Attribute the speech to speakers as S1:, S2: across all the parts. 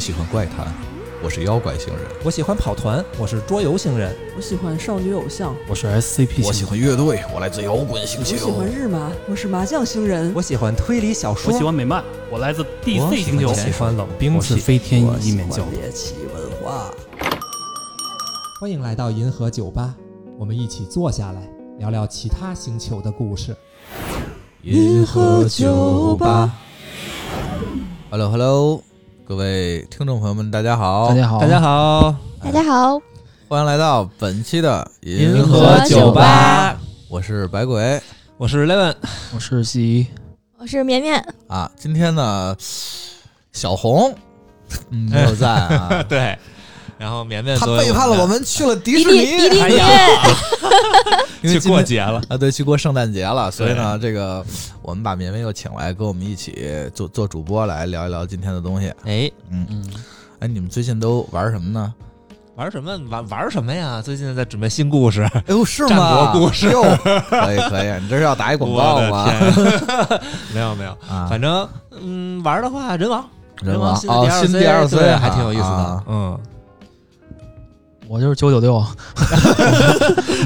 S1: 喜欢怪谈，我是妖怪星人，
S2: 我喜欢跑团，我是桌游星人，
S3: 我喜欢少女偶像，
S4: 我是 SCP，
S1: 我喜欢乐队，我来自摇滚
S3: 我
S1: 星
S3: 喜
S1: 球，
S3: 欢日麻，我是麻将星人，
S2: 我喜欢推理小
S4: 我
S2: 说，
S4: 喜欢美漫，我来自 DC 星球
S2: 我，喜欢冷兵
S4: 我
S2: 器
S4: 是。飞天
S3: 我
S4: 一
S3: 喜
S4: 面
S3: 欢
S4: 教主。
S3: 猎奇文化。
S2: 欢迎来到银河酒吧，我们一起坐下来聊聊其他星球的故事。
S3: 银河酒吧。
S1: Hello Hello，各位听众朋友们，大家好，
S4: 大家好，
S2: 大家好，
S5: 大家好，
S1: 欢迎来到本期的
S2: 银
S5: 河酒吧，
S1: 我是百鬼
S2: 我是 Levin，，
S4: 我是西一。
S5: 我是绵绵。
S1: 啊。今天呢，小红嗯没有在啊
S2: 对，然后绵绵
S1: 他
S2: 作为
S1: 背叛了我
S2: 们
S1: 们去了迪
S5: 一
S1: 士
S5: 定
S1: 尼
S5: 一，定
S2: 哎
S5: 你
S2: 呀
S1: 因
S2: 去
S1: 为今
S2: 过
S1: 天
S2: 节了，
S1: 啊，对，去过圣诞节了，所以呢，这个我们把绵绵又请来，跟我们一起做做主播来聊一聊今天的东西。
S2: 哎，
S1: 嗯，
S4: 嗯，
S1: 哎，你们最近都玩什么呢？
S2: 玩什么玩玩什么呀？最近在准备新故事，
S1: 哎呦，是
S2: 战
S1: 吗？
S2: 国故事
S1: 哟，可以可以，你这是要打一广告
S2: 我
S1: 吗？
S2: 的天 没有没有，
S1: 啊，
S2: 反正嗯，玩的话，人王，
S1: 人
S2: 王
S1: 王
S2: 新
S1: 哦，新第二
S2: DLC
S1: 岁
S2: 还挺有意思的
S1: 啊，
S2: 嗯，
S4: 我就是九九六，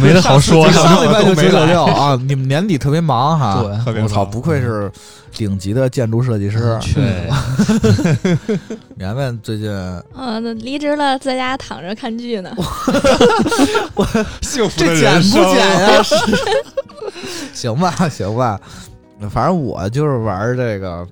S4: 没得好说
S1: 我。
S4: 是吧
S1: 啊上礼拜就
S2: 没
S1: 九九
S2: 来
S1: 六啊！你们年底特别忙哈，
S4: 对
S2: 特别
S1: 我操，
S2: 忙嗯
S1: 不愧是顶级的建筑设计师。
S4: 去
S2: 对
S1: 绵绵最近
S5: 嗯、离职了，在家躺着看剧呢。
S2: 哦幸福
S1: 这剪不剪 呀、是行吧，行吧，反正我就是玩这个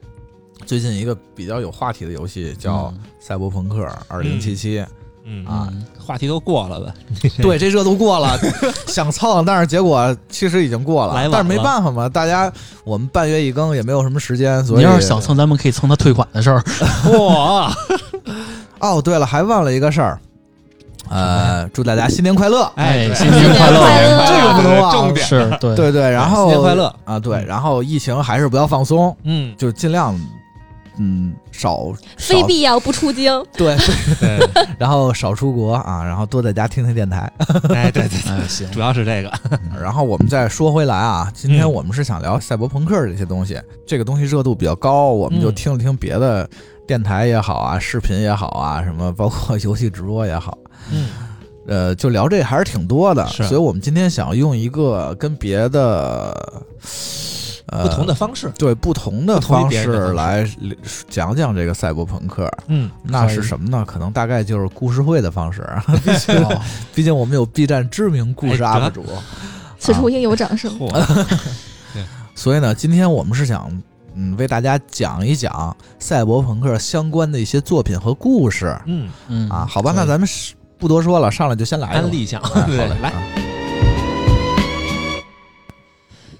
S1: 最近一个比较有话题的游戏，叫《
S4: 嗯
S1: 赛博朋克二零七七》
S2: 嗯啊，
S1: 啊。
S4: 嗯
S2: 话题都过了吧？
S1: 对，这热度过了， 想蹭，但是结果其实已经过了
S2: 来晚。
S1: 但是没
S2: 了
S1: 办法嘛，大家我们半月一更也没有什么时间，所
S4: 你
S1: 以
S4: 要是想蹭，咱们可以蹭他退款 的事儿。
S2: 哇，
S1: 哦，对了，还忘了一个事儿，呃，祝大家新年快乐。
S4: 哎
S2: 对哎
S4: 新年快乐
S5: 新年快乐
S1: 这个不能忘
S2: 重点，
S4: 是，对，
S1: 对对，然后
S2: 哎新年快乐
S1: 啊！对，
S2: 嗯
S1: 然后疫情还是不要放松，
S2: 嗯，
S1: 就尽量嗯少少
S5: 非必要不出京，
S2: 啊
S1: 对，
S2: 对，
S1: 然后少出国啊，然后多在家听听电台。
S2: 哎，对对，
S4: 哎，行，
S2: 主要是这个，
S1: 然后我们再说回来啊，今天
S2: 嗯
S1: 我们是想聊赛博朋克这些东西，这个东西热度比较高，我们就
S2: 嗯
S1: 听了听别的电台也好啊，视频也好啊，什么包括 游戏直播也好，
S2: 嗯
S1: 呃，就聊这还是挺多的。
S2: 是
S1: 所以我们今天想用一个跟别的呃
S2: 不同的方式，
S1: 对不同的
S2: 不同于
S1: 方
S2: 别人的
S1: 式
S2: 方式
S1: 来讲讲这个赛博朋克，
S2: 嗯，
S1: 那
S4: 可以
S1: 是什么呢？可能大概就是故事会的方式。啊
S4: 哦
S1: 毕竟我们有 B 站知名故事
S2: 哎
S1: UP 主，
S5: 此处应有掌声。
S1: 哎所以呢，今天我们是想嗯为大家讲一讲赛博朋克相关的一些作品和故事
S2: 嗯，
S4: 嗯
S1: 啊。好吧，那咱们是不多说了，上来就先来吧
S2: 安利一下，
S1: 哎好嘞
S2: 对， 来，
S1: 啊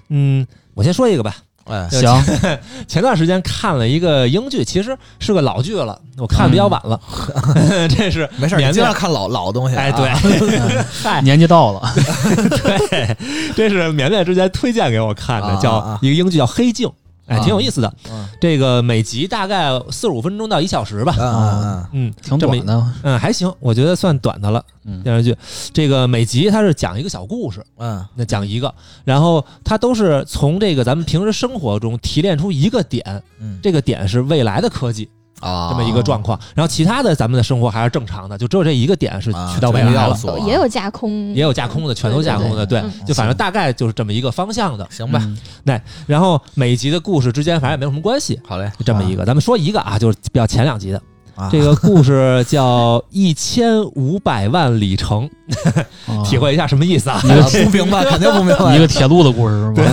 S2: 嗯，我先说一个吧。
S1: 哎，
S4: 行，
S2: 前段时间看了一个英剧，其实是个老剧了，我看的比较晚了。 这是
S1: 没事儿，你
S2: 年
S1: 经常
S2: 代，
S1: 看老老东西啊，
S2: 哎，对
S4: 嗯年纪到了，
S2: 对， 这是绵绵之前推荐给我看的
S1: 啊，啊
S2: 叫
S1: 啊
S2: 一个英剧叫《黑镜》，哎，
S4: 啊
S2: 挺有意思的。
S1: 嗯，
S2: 这个每集大概四十五分钟到一小时吧
S1: 嗯。嗯
S2: 嗯，
S4: 挺
S2: 这么一
S4: 短的。
S2: 嗯，还行，我觉得算短的了。
S4: 嗯
S2: 电视剧这个每集它是讲一个小故事，
S1: 嗯
S2: 那讲一个，然后它都是从这个咱们平时生活中提炼出一个点，
S1: 嗯
S2: 这个点是未来的科技
S1: 啊，
S2: 这么一个状况，然后其他的咱们的生活还是正常的，就只有这一个点是
S1: 啊
S2: 去到未来
S1: 这个要
S2: 了，
S1: 素啊
S5: 哦也有架空，哎
S2: 也有架空的，全都架空的，对
S5: 嗯，
S2: 就反正大概就是这么一个方向的。
S1: 行吧，
S4: 嗯
S2: 然后每集的故事之间反正也没有什么关系，
S1: 好嘞，
S2: 就这么一个，咱们说一个啊，就是比较前两集的
S1: 啊
S2: 这个故事叫《一千五百万里程》，
S4: 啊
S2: 嗯体会一下什么意思啊？
S1: 啊不明 白，肯定不明
S4: 一
S1: 白
S4: 个铁路的故事是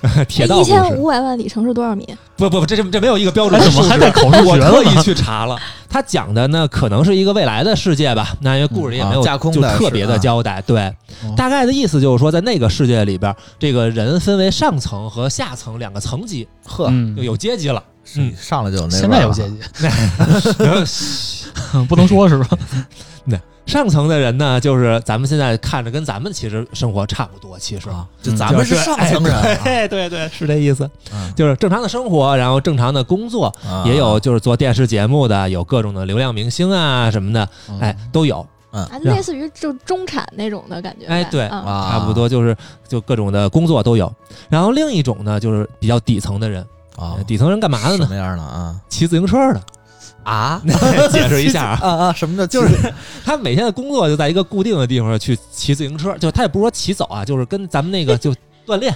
S4: 吗？
S2: 铁道
S5: 一
S2: 故事
S5: 千五百万里程是多少米？啊
S2: 不不不，这这这没有一个标准
S4: 哎
S2: 的
S4: 怎么
S2: 数
S4: 还
S2: 值
S4: 在考数
S2: 我
S4: 学
S2: 特
S4: 了
S2: 意
S4: 呢？
S2: 去查了，他讲的呢可能是一个未来的世界吧，那因为故事里也
S1: 嗯
S2: 没有
S1: 啊架空
S2: 就
S1: 的
S2: 特别
S1: 是啊
S2: 的交代，对
S4: 哦，
S2: 大概的意思就是说，在那个世界里边，这个人分为上层和下层两个层级，
S1: 呵，
S2: 就
S4: 嗯，
S2: 有阶 级了。
S1: 是上来就有那
S4: 现在有
S1: 味儿
S4: 阶
S1: 了
S4: 级， 不能说是吧？
S2: 上层的人呢，就是咱们现在看着跟咱们其实生活差不多，其实。嗯
S1: 啊，就咱们是上层人啊，
S2: 哎对对对，是这意思，
S1: 嗯
S2: 就是正常的生活，然后正常的工作，
S1: 啊
S2: 也有就是做电视节目的，有各种的流量明星啊什么的，哎，都有。
S5: 啊，
S2: 然后
S5: 类似于就中产那种的感觉呗。
S2: 哎对
S5: 啊，
S1: 啊，
S2: 差不多就是就各种的工作都有。然后另一种呢，就是比较底层的人，
S1: 啊
S2: 呃，底层人干嘛的
S1: 什
S2: 呢？
S1: 么样的啊？
S2: 骑自行车的， 啊，解释一下啊，
S1: 啊啊，什么叫
S2: 就是他每天的工作就在一个固定的地方去骑自行车，就他也不是说骑走啊，就是跟咱们那个就锻炼，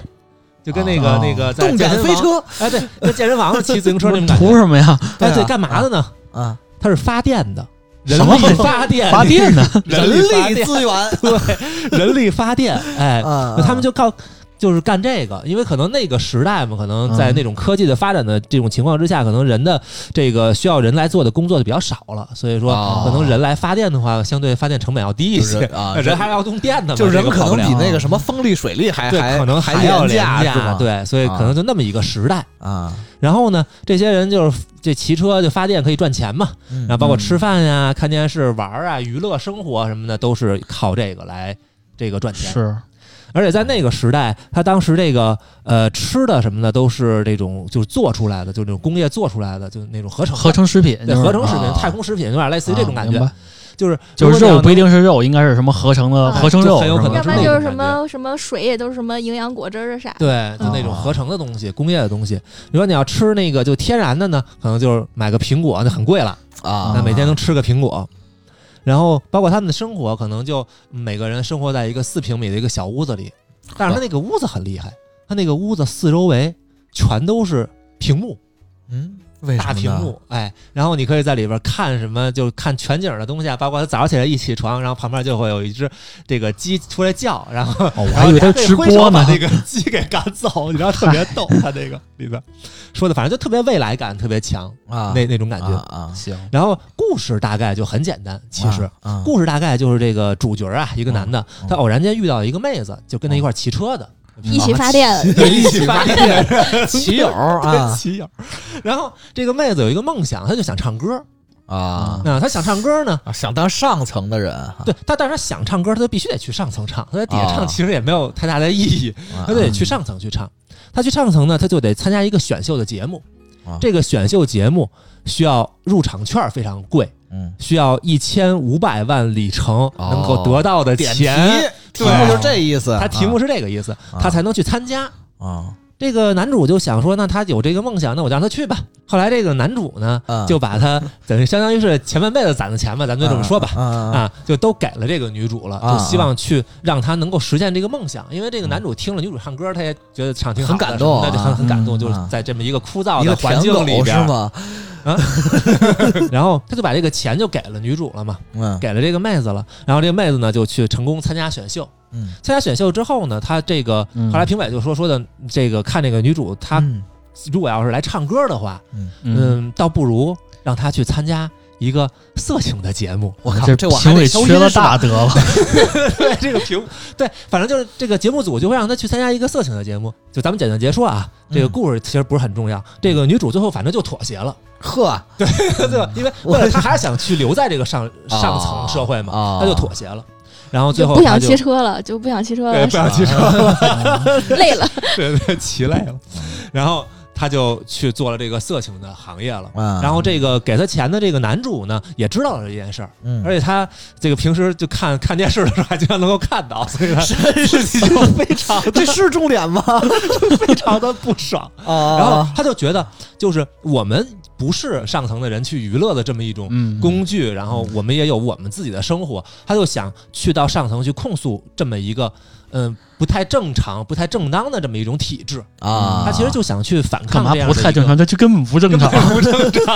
S2: 就跟那个、
S4: 哦
S2: 那个在
S1: 动
S2: 健
S1: 感
S2: 身
S1: 飞
S2: 房，
S1: 车
S2: 哎，对，在健身房上骑自行车那种感
S4: 图
S2: 觉。
S4: 什么呀？
S1: 对
S2: 哎，
S1: 啊
S2: 对，干嘛的呢？
S1: 啊，
S2: 他是发电的，人
S4: 什么
S2: 力发电，
S4: 发电呢？
S2: 人力发电，
S1: 资源
S2: 对， 人力发电，哎，
S1: 啊，
S2: 他们就靠就是干这个，因为可能那个时代嘛，可能在
S4: 嗯
S2: 那种科技的发展的这种情况之下，可能人的这个需要人来做的工作就比较少了，所以说
S1: 哦
S2: 可能人来发电的话，相对发电成本要低一
S1: 就是
S2: 些，
S1: 啊，
S2: 人还要用电呢嘛，
S1: 就
S2: 这
S1: 人
S2: 个
S1: 可
S2: 跑不
S1: 能比
S2: 了啊
S1: 那个什么风力、水力还
S2: 对，
S1: 还
S2: 可能还
S1: 还
S2: 要廉
S1: 价是吗？
S2: 对，所以可能就那么一个时代。
S1: 啊，
S2: 然后呢，这些人就是这骑车就发电可以赚钱嘛，
S1: 嗯
S2: 然后包括吃饭呀、看电视、玩儿啊、娱乐生活什么的，都是靠这个来这个赚钱。
S4: 是
S2: 而且在那个时代，他当时这个呃吃的什么的都是这种就是做出来的，就那种工业做出来的，就那种合成的
S4: 合成食品，
S2: 对
S4: 就是
S2: 合成食品、
S1: 啊
S2: 太空食品，有点类似于这种感觉，，
S4: 啊明白
S2: 就是
S4: 就是
S2: 如果你
S4: 肉
S2: 要
S4: 不一定是肉，应该是什么合成的
S5: 啊
S4: 合成
S2: 就
S4: 肉，
S2: 很有可能
S4: 是
S5: 要不
S4: 吧
S5: 然
S2: 那
S5: 就
S2: 种
S5: 是什
S2: 感
S5: 么什么水也都是什么营养果汁儿啥的。
S2: 对，就那种
S1: 啊
S2: 合成的东西，工业的东西。如果你要吃那个就天然的呢，可能就是买个苹果，那很贵了，
S1: 啊，
S2: 那每天能吃个苹果。然后包括他们的生活，可能就每个人生活在一个四平米的一个小屋子里，但是他那个屋子很厉害，他那个屋子四周围全都是屏幕，
S1: 嗯，为什么
S2: 大
S1: 呢
S2: 屏幕，哎，然后你可以在里边看什么，就看全景的东西啊，包括他早上起来一起床，然后旁边就会有一只这个鸡出来叫，然后
S4: 哦我
S2: 然
S4: 还
S2: 后
S4: 以
S2: 你
S4: 为
S2: 还
S4: 他
S2: 可以
S4: 吃
S2: 挥手
S4: 锅呢
S2: 把。这个鸡给赶走，你知道特别逗，他这个里边说的，反正就特别未来感特别强，
S1: 啊，
S2: 那那种感觉。
S1: 啊啊，
S4: 行，
S2: 然后故事大概就很简单，其实。
S1: 啊
S2: 故事大概就是这个主角啊，一个男的，
S1: 嗯
S2: 他偶然间遇到一个妹子，就跟他一块儿骑车的，
S5: 一起发电，
S2: 对一起 发电，
S1: 骑友 啊
S2: 骑友。然后这个妹子有一个梦想，她就想唱歌。
S1: 啊
S2: 那她想唱歌呢，
S1: 啊，想当上层的人，
S2: 对，她但是她想唱歌，她就必须得去上层唱，她在底下
S1: 啊
S2: 唱其实也没有太大的意义，
S1: 啊
S2: 他就得去上层去唱。他去上层呢，他就得参加一个选秀的节目
S1: 啊。
S2: 这个选秀节目需要入场券非常贵，
S1: 嗯，
S2: 需要一千五百万里程能够得到的
S1: 哦点
S2: 钱。
S1: 题
S2: 对
S1: 目就这意思，
S2: 他题目是这个意思，
S1: 啊
S2: 他才能去参加。
S1: 啊
S2: 这个男主就想说，那他有这个梦想，那我就让他去吧。后来这个男主呢，
S1: 啊
S2: 就把他等于相当于是前半辈子攒的钱吧，咱们就这么说吧，
S1: 啊啊
S2: 啊，就都给了这个女主了，
S1: 啊
S2: 就希望去让她能够实现这个梦想。因为这个男主听了女主唱歌，他也觉得唱挺好的
S1: 很感动啊
S2: 那就很很感动，
S1: 嗯
S2: 就是在这么一个枯燥
S1: 一
S2: 的
S1: 个
S2: 环
S1: 舔
S2: 境
S1: 狗
S2: 里
S1: 是
S2: 边，
S1: 吗？
S2: 然后他就把这个钱就给了女主了嘛，
S1: 嗯
S2: 给了这个妹子了。然后这个妹子呢，就去成功参加选秀。
S1: 嗯，
S2: 参加选秀之后呢，她这个
S4: 嗯
S2: 后来评委就说说的这个看这个女主，
S1: 嗯
S2: 她如果要是来唱歌的话，
S4: 嗯，
S2: 嗯，倒不如让她去参加一个色情的节目。
S1: 我靠，
S4: 这
S1: 这我还
S4: 评委
S1: 得消音
S4: 缺了
S1: 是吧
S4: 大德了。
S2: 对这个屏，对，反正就是这个节目组就会让他去参加一个色情的节目。就咱们简短截说啊，这个
S1: 嗯
S2: 故事其实不是很重要。这个女主最后反正就妥协了，
S1: 呵，
S2: 对吧？因为为了她还是想去留在这个 上上层社会嘛，
S1: 啊
S2: 她就妥协了。然后最
S5: 就
S2: 后
S5: 不
S2: 她
S5: 想
S2: 就
S5: 骑车了，就不想骑车
S2: 对
S5: 了
S2: 不，想骑 车了，
S5: 累了。
S2: 对对，骑累了。 然后她就去做了这个色情的行业了。
S1: 啊
S2: 然后这个给她钱的这个男主呢，也知道了这件事儿，
S1: 嗯
S2: 而且他这个平时就看看电视的时候，还经常能够看到，所以他
S1: 真是
S2: 就非常的
S1: 这是重点吗？
S2: 非常的不 爽。
S1: 啊，
S2: 然后他就觉得，就是我们不是上层的人去娱乐的这么一种
S4: 嗯，
S2: 工具，然后我们也有我们自己的生活，他就想去到上层去控诉这么一个。嗯，不太正常、不太正当的这么一种体制，
S1: 啊，
S2: 他其实就想去反抗
S4: 干嘛
S2: 这样
S4: 不
S2: 的一
S4: 太
S2: 个
S4: 正 常？这就根本不正常。
S2: 不正常，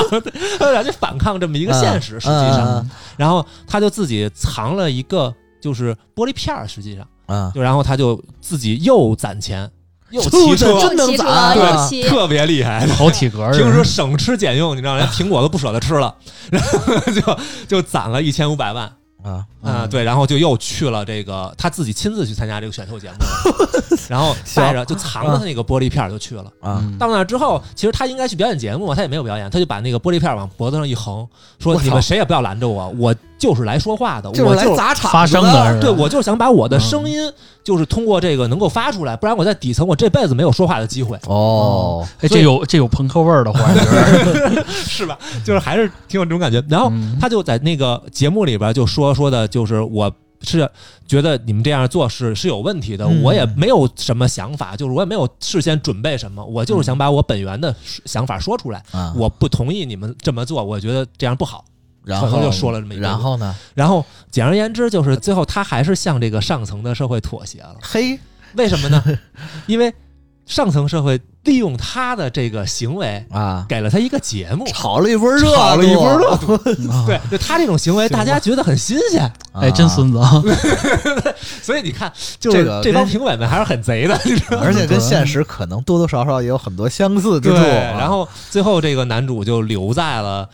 S2: 他想去反抗这么一
S1: 一
S2: 个现
S4: 嗯
S2: 实，实际上，然后他就自己藏了一个就是玻璃片儿，实际上，
S1: 啊，
S2: 就然后他就自己又攒钱，又
S1: 就这
S2: 骑车，
S1: 真能
S5: 骑车
S1: 砸
S5: 又
S4: 嗯
S5: 骑，
S2: 特别厉害，
S4: 好体格儿啊，
S2: 听说省吃俭用，你知道，
S1: 啊
S2: 连苹果都不舍得吃了， 然后就就攒了一千五百万
S1: 啊，
S2: 啊、
S4: 嗯
S2: 对，然后就又去了这个他自己亲自去参加这个选秀节目了，然后带着就藏
S1: 嗯
S2: 着他那个玻璃片儿就去了。
S1: 啊
S4: 嗯
S2: 到那之后，其实他应该去表演节目，他也没有表演，他就把那个玻璃片儿往脖子上一横，说
S1: 我：“操
S2: 你们谁也不要拦着我，我就是来说话的，
S1: 就是
S2: 我
S1: 来
S2: 就
S1: 砸啊嗯场
S4: 发
S1: 子
S4: 生的，是吧
S2: 对，我就是想把我的声音，就是通过这个能够发出来，不然我在底层我这辈子没有说话的 机会，
S1: 哦，
S4: 哎，这有这有朋克味儿 的话，
S2: 是吧？就是还是挺有这种感觉。然后
S4: 嗯
S2: 他就在那个节目里边就说说的，就是我是觉得你们这样做是是有问题的，
S1: 嗯
S2: 我也没有什么想法，就是我也没有事先准备什么，我就是想把我本源的想法说出来。
S1: 啊，
S2: 我不同意你们这么做，我觉得这样不好。
S1: 然
S2: 可
S1: 后
S2: 能就说了这么一句
S1: 然后呢？
S2: 然后简而言之，就是最后他还是向这个上层的社会妥协了。
S1: 嘿，
S2: 为什么呢？因为上层社会利用他的这个行为，
S1: 啊，
S2: 给了他一个节目。
S1: 炒了一波热度，
S2: 炒了一波
S1: 热度，
S2: 对，就他这种行为，
S1: 行吧
S2: 大家觉得很新鲜，
S4: 啊哎，真孙子啊！
S2: 所以你看，就是
S1: 这个
S2: 这
S1: 跟
S2: 帮评委们还是很贼 的，你知道吗
S1: 而且跟现实可能多多少少也有很多相似之
S2: 对，啊
S1: 处。
S2: 然后最后这个男主就留在了，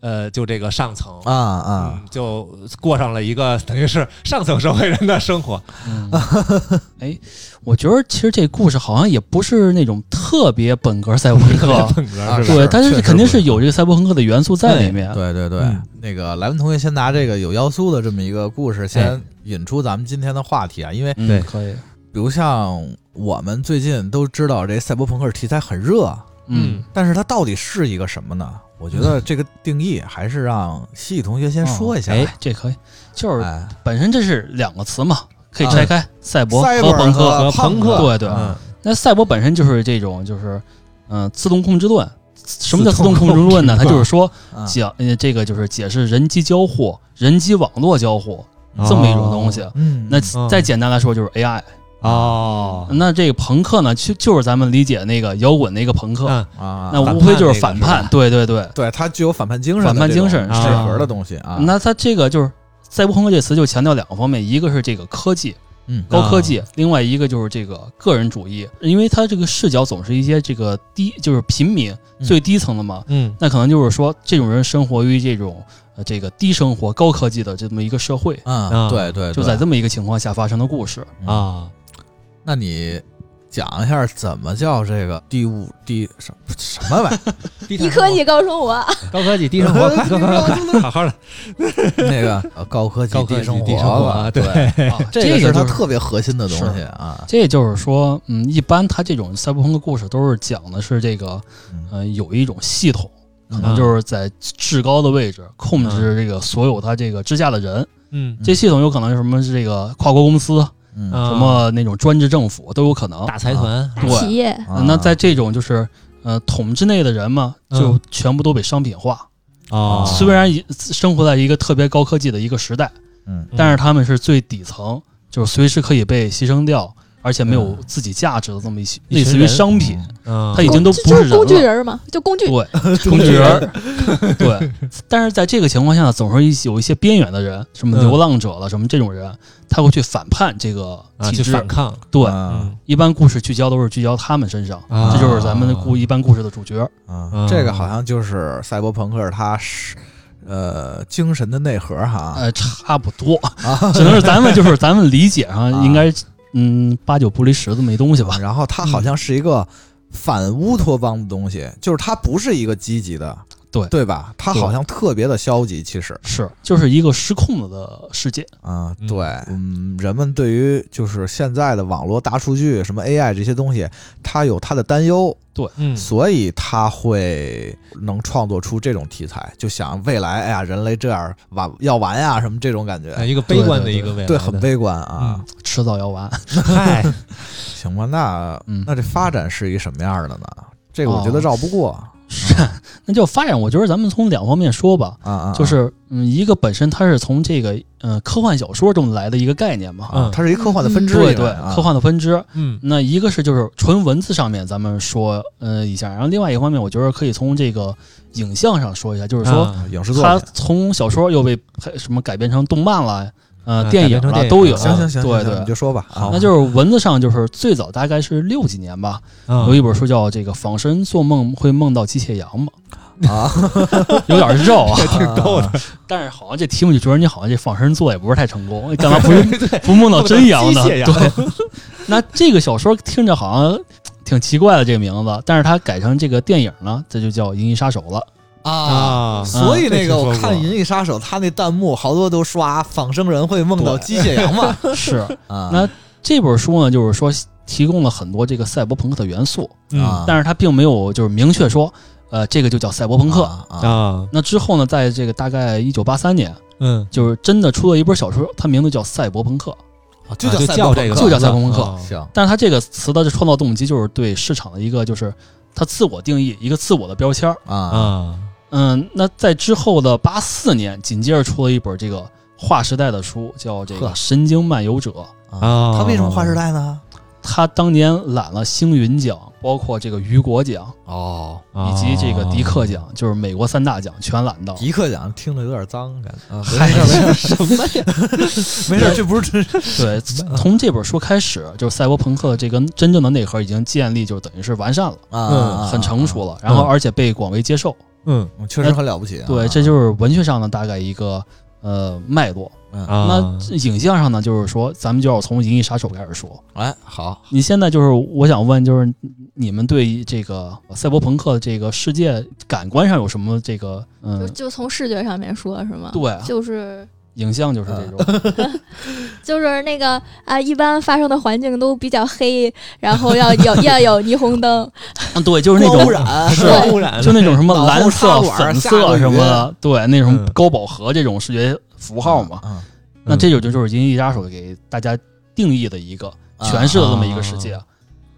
S2: 呃，就这个上层
S1: 啊，啊，
S2: 嗯，就过上了一个等于是上层社会人的生活。
S4: 嗯哎，我觉得其实这故事好像也不是那种特别本格赛博朋 克，
S2: 本格
S1: 啊
S2: 是吧？哎
S4: 对
S1: 是，
S4: 但
S1: 确
S4: 是
S1: 实
S4: 肯定
S1: 不
S4: 是有这个赛博朋克的元素在里面。
S1: 对对对，
S2: 嗯
S1: 那个莱文同学先拿这个有要素的这么一个故事，先引出咱们今天的话题啊，因为
S4: 嗯
S2: 对
S4: 可以，
S1: 比如像我们最近都知道这赛博朋克题材很热，
S2: 嗯，
S1: 但是它到底是一个什么呢？我觉得这个定义还是让西西同学先说一下吧。
S4: 哎，这可以，就是
S1: 哎，
S4: 本身这是两个词嘛，可以
S1: 啊
S4: 拆开，赛博
S1: 赛
S4: 和
S1: 博
S4: 朋克。
S1: 和
S2: 朋克
S4: 对对，
S1: 嗯
S4: 那赛博本身就是这种，就是嗯、呃自动控制论。什么叫
S1: 自
S4: 自
S1: 动
S4: 动控制论呢？
S1: 控制
S4: 它
S1: 论
S4: 就是说
S1: 嗯
S4: 解呃这个就是解释人机交互、人机网络交互这么一种东西。
S1: 嗯，
S4: 那
S2: 嗯
S4: 再简单来说就是 AI。
S2: 哦，
S4: 那这个朋克呢，就就是咱们理解那个摇滚的一个朋克，
S2: 嗯，
S1: 啊，
S4: 那
S2: 反
S4: 无
S2: 叛
S4: 非就
S2: 那
S4: 是
S2: 个
S4: 反
S2: 是
S4: 叛
S2: 吧。
S4: 对对对，
S1: 对它具有反叛精神的
S4: 反叛精神
S1: 这种
S2: 是
S1: 内核的东西啊。
S4: 那它这个就是赛博朋克这词就强调两个方面，一个是这个科技，
S1: 嗯
S4: 高科技，另外一个就是这个个人主义，因为它这个视角总是一些这个低，就是平民
S1: 嗯
S4: 最低层的嘛，
S2: 嗯
S4: 那可能就是说这种人生活于这种呃这个低生活高科技的这么一个社会，
S1: 嗯，对对，对
S4: 啊就在这么一个情况下发生的 故事。
S2: 啊，
S1: 那你讲一下怎么叫这个第五第什什么玩意儿？
S5: 你科技告诉我，
S2: 高科 技低生活，快快快快，好好的，
S1: 那个呃高科技
S2: 高科技
S1: 生
S2: 低生活
S1: 吧
S2: 啊，
S1: 对，
S4: 啊、
S1: 这个
S4: 个
S1: 是它
S4: 就是
S1: 特别核心的东西
S4: 是
S1: 啊。
S4: 这就是说，嗯，一般他这种赛博朋克故事都是讲的是这个，
S1: 嗯
S4: 呃，有一种系统，可
S2: 啊
S4: 能就是在至高的位置控制这个所有他这个之下的人。
S2: 嗯，
S4: 这系统有可能是什么是这个跨国公司，
S1: 嗯
S2: 啊
S4: 什么那种专制政府都有可能。
S2: 大财团，
S5: 大
S4: 对
S5: 企业
S1: 啊
S4: 那在这种就是呃统治内的人嘛，
S2: 嗯
S4: 就全部都被商品化。
S2: 哦
S4: 虽然一生活在一个特别高科技的一个时代，
S1: 嗯
S4: 但是他们是最底层，就是随时可以被牺牲掉，而且没有
S2: 嗯
S4: 自己价值的这么一些
S2: 一群
S4: 类似于
S2: 人
S4: 商品。
S2: 嗯，
S4: 他已经都
S5: 就
S4: 不
S5: 就是
S4: 人
S5: 工具
S4: 了
S5: 人儿嘛，就工具。
S4: 对，工具人儿， 对。但是在这个情况下，总是一有一些边缘的人，什么
S2: 嗯
S4: 流浪者了，什么这种人，他会去反叛这个
S2: 啊
S4: 体
S2: 去
S4: 制。
S2: 反抗，
S4: 对，
S1: 嗯
S4: 一般故事聚焦都是聚焦他们身上，
S2: 啊
S4: 这就是咱们的故一般故事的主角。
S1: 嗯，这个好像就是赛博朋克它是呃精神的内核哈。
S2: 啊
S4: 呃，差不多，
S1: 啊
S4: 只能是咱们就是咱们理解上
S1: 啊
S4: 应该嗯八九不离十这么一东西吧。
S1: 然后它好像是一个反乌托邦的东西，就是它不是一个积极的，
S4: 对
S1: 对吧？它好像特别的消极，其实。
S4: 是，就是一个失控了的世界。
S1: 啊，
S2: 嗯
S1: 对，嗯，人们对于就是现在的网络大数据、什么 AI 这些东西，他有他的担忧，
S2: 嗯
S1: 所以他会能创作出这种题材，就想未来，哎呀，人类这样玩要玩呀，什么这种感觉，
S2: 啊
S4: 哎
S2: 一个悲观的一个未来，
S1: 对，很悲观啊。
S4: 迟早要完。
S2: 嗨，
S1: 行吧，那
S4: 嗯
S1: 那这发展是一什么样的呢？这个我觉得
S4: 哦
S1: 绕不过啊
S4: 是，那就发展，我觉得咱们从两方面说吧，
S1: 啊啊，
S4: 就是嗯，一个本身它是从这个呃科幻小说中来的一个概念嘛，
S1: 啊，它是一科幻的分支，
S4: 嗯对
S1: 因为
S4: 对
S1: 啊，
S4: 科幻的分支。
S2: 嗯
S4: 那一个是就是纯文字上面咱们说呃一下，然后另外一方面，我觉得可以从这个影像上说一下，就是说
S2: 啊
S1: 影视作
S4: 它
S1: 品，
S4: 从小说又被拍什么改编成动漫了，呃
S2: 啊，
S4: 电影
S2: 改编成电
S4: 了
S2: 影
S4: 都有。
S1: 行行行，
S4: 对
S1: 行行你
S4: 对
S1: 就。说吧，啊
S2: 好
S4: 那就是文字上，就是最早大概是六几年吧，
S2: 嗯
S1: 啊
S4: 有一本书叫《这个仿生做梦会梦到机械羊》嘛，
S1: 啊，
S4: 有点绕啊。
S1: 挺
S2: 逗的，
S4: 但是好像这题目就觉得你好像这仿生做也不是太成功，干嘛不 是不梦到真羊呢？
S2: 梦到机械羊
S4: 对，那这个小说听着好像挺奇怪的这个名字，但是它改成这个电影呢，这就叫《银翼杀手》了。
S2: 啊
S1: 所以那个
S2: 嗯
S1: 我
S2: 这听说过
S1: 看《银翼杀手》，他那弹幕好多都刷“仿生人会梦到
S4: 对
S1: 机械羊” 嘛，
S4: 是
S1: 啊
S4: 那这本书呢，就是说提供了很多这个赛博朋克的元素，
S2: 嗯
S1: 啊
S4: 但是它并没有就是明确说，呃，这个就叫赛博朋克。
S1: 啊
S2: 啊
S4: 那之后呢，在这个大概一九八三年，
S2: 嗯，
S4: 就是真的出了一本小说，它名字叫《赛博朋克》，
S1: 啊就
S2: 啊
S1: 叫
S2: 就叫
S1: 赛博
S2: 这
S1: 朋
S2: 个，
S1: 克
S4: 啊就叫赛博朋克
S2: 啊
S1: 行，
S4: 但是它这个词的创造动机就是对市场的一个就是它自我定义一个自我的标签儿。
S1: 啊
S2: 啊，
S4: 嗯，那在之后的八四年，紧接着出了一本这个划时代的书，叫这个
S1: 呵
S4: 《神经漫游者》。
S1: 他为什么划时代呢？
S4: 他当年揽了星云奖，包括这个雨果奖
S1: 哦，
S2: 啊
S4: 以及这个迪克奖，就是美国三大奖全揽到。
S1: 迪克奖听着有点脏，感 觉。啊
S2: 嗨，什么呀？
S1: 没事，没事，这不是真
S4: 对，从这本书开始，就是赛博朋克的这个真正的内核已经建立，就等于是完善了，
S1: 啊，
S4: 嗯很成熟了。然后而且被广为接受。
S2: 嗯
S1: 嗯，确实很了不起啊。
S4: 对，这就是文学上的大概一个呃脉络。
S1: 嗯，
S2: 啊
S4: 那，这影像上呢，就是说咱们就要从《银翼杀手》开始说。
S1: 哎，好，
S4: 你现在就是我想问，就是你们对这个呃赛博朋克这个世界感官上有什么这个
S5: 就
S4: 嗯，
S5: 就从视觉上面说是吗？
S2: 啊
S4: 对
S5: 就是
S4: 影像就是这种，
S5: 就是那个啊，一般发生的环境都比较黑，然后 要有要有霓虹灯，
S4: 嗯， 对，就是那
S1: 光
S4: 种
S1: 污染
S4: 是
S5: 对
S2: 污染
S4: 就那种什么
S1: 脑后
S4: 蓝
S1: 插
S4: 色、
S1: 管
S4: 粉
S1: 下个
S4: 色
S1: 雨
S4: 什么的，对，那种
S2: 嗯
S4: 高饱和这种视觉符号嘛。
S1: 嗯，
S4: 那这种就是《银翼杀手》给大家定义的一个
S1: 啊
S4: 诠释了这么一个世
S2: 啊
S4: 界。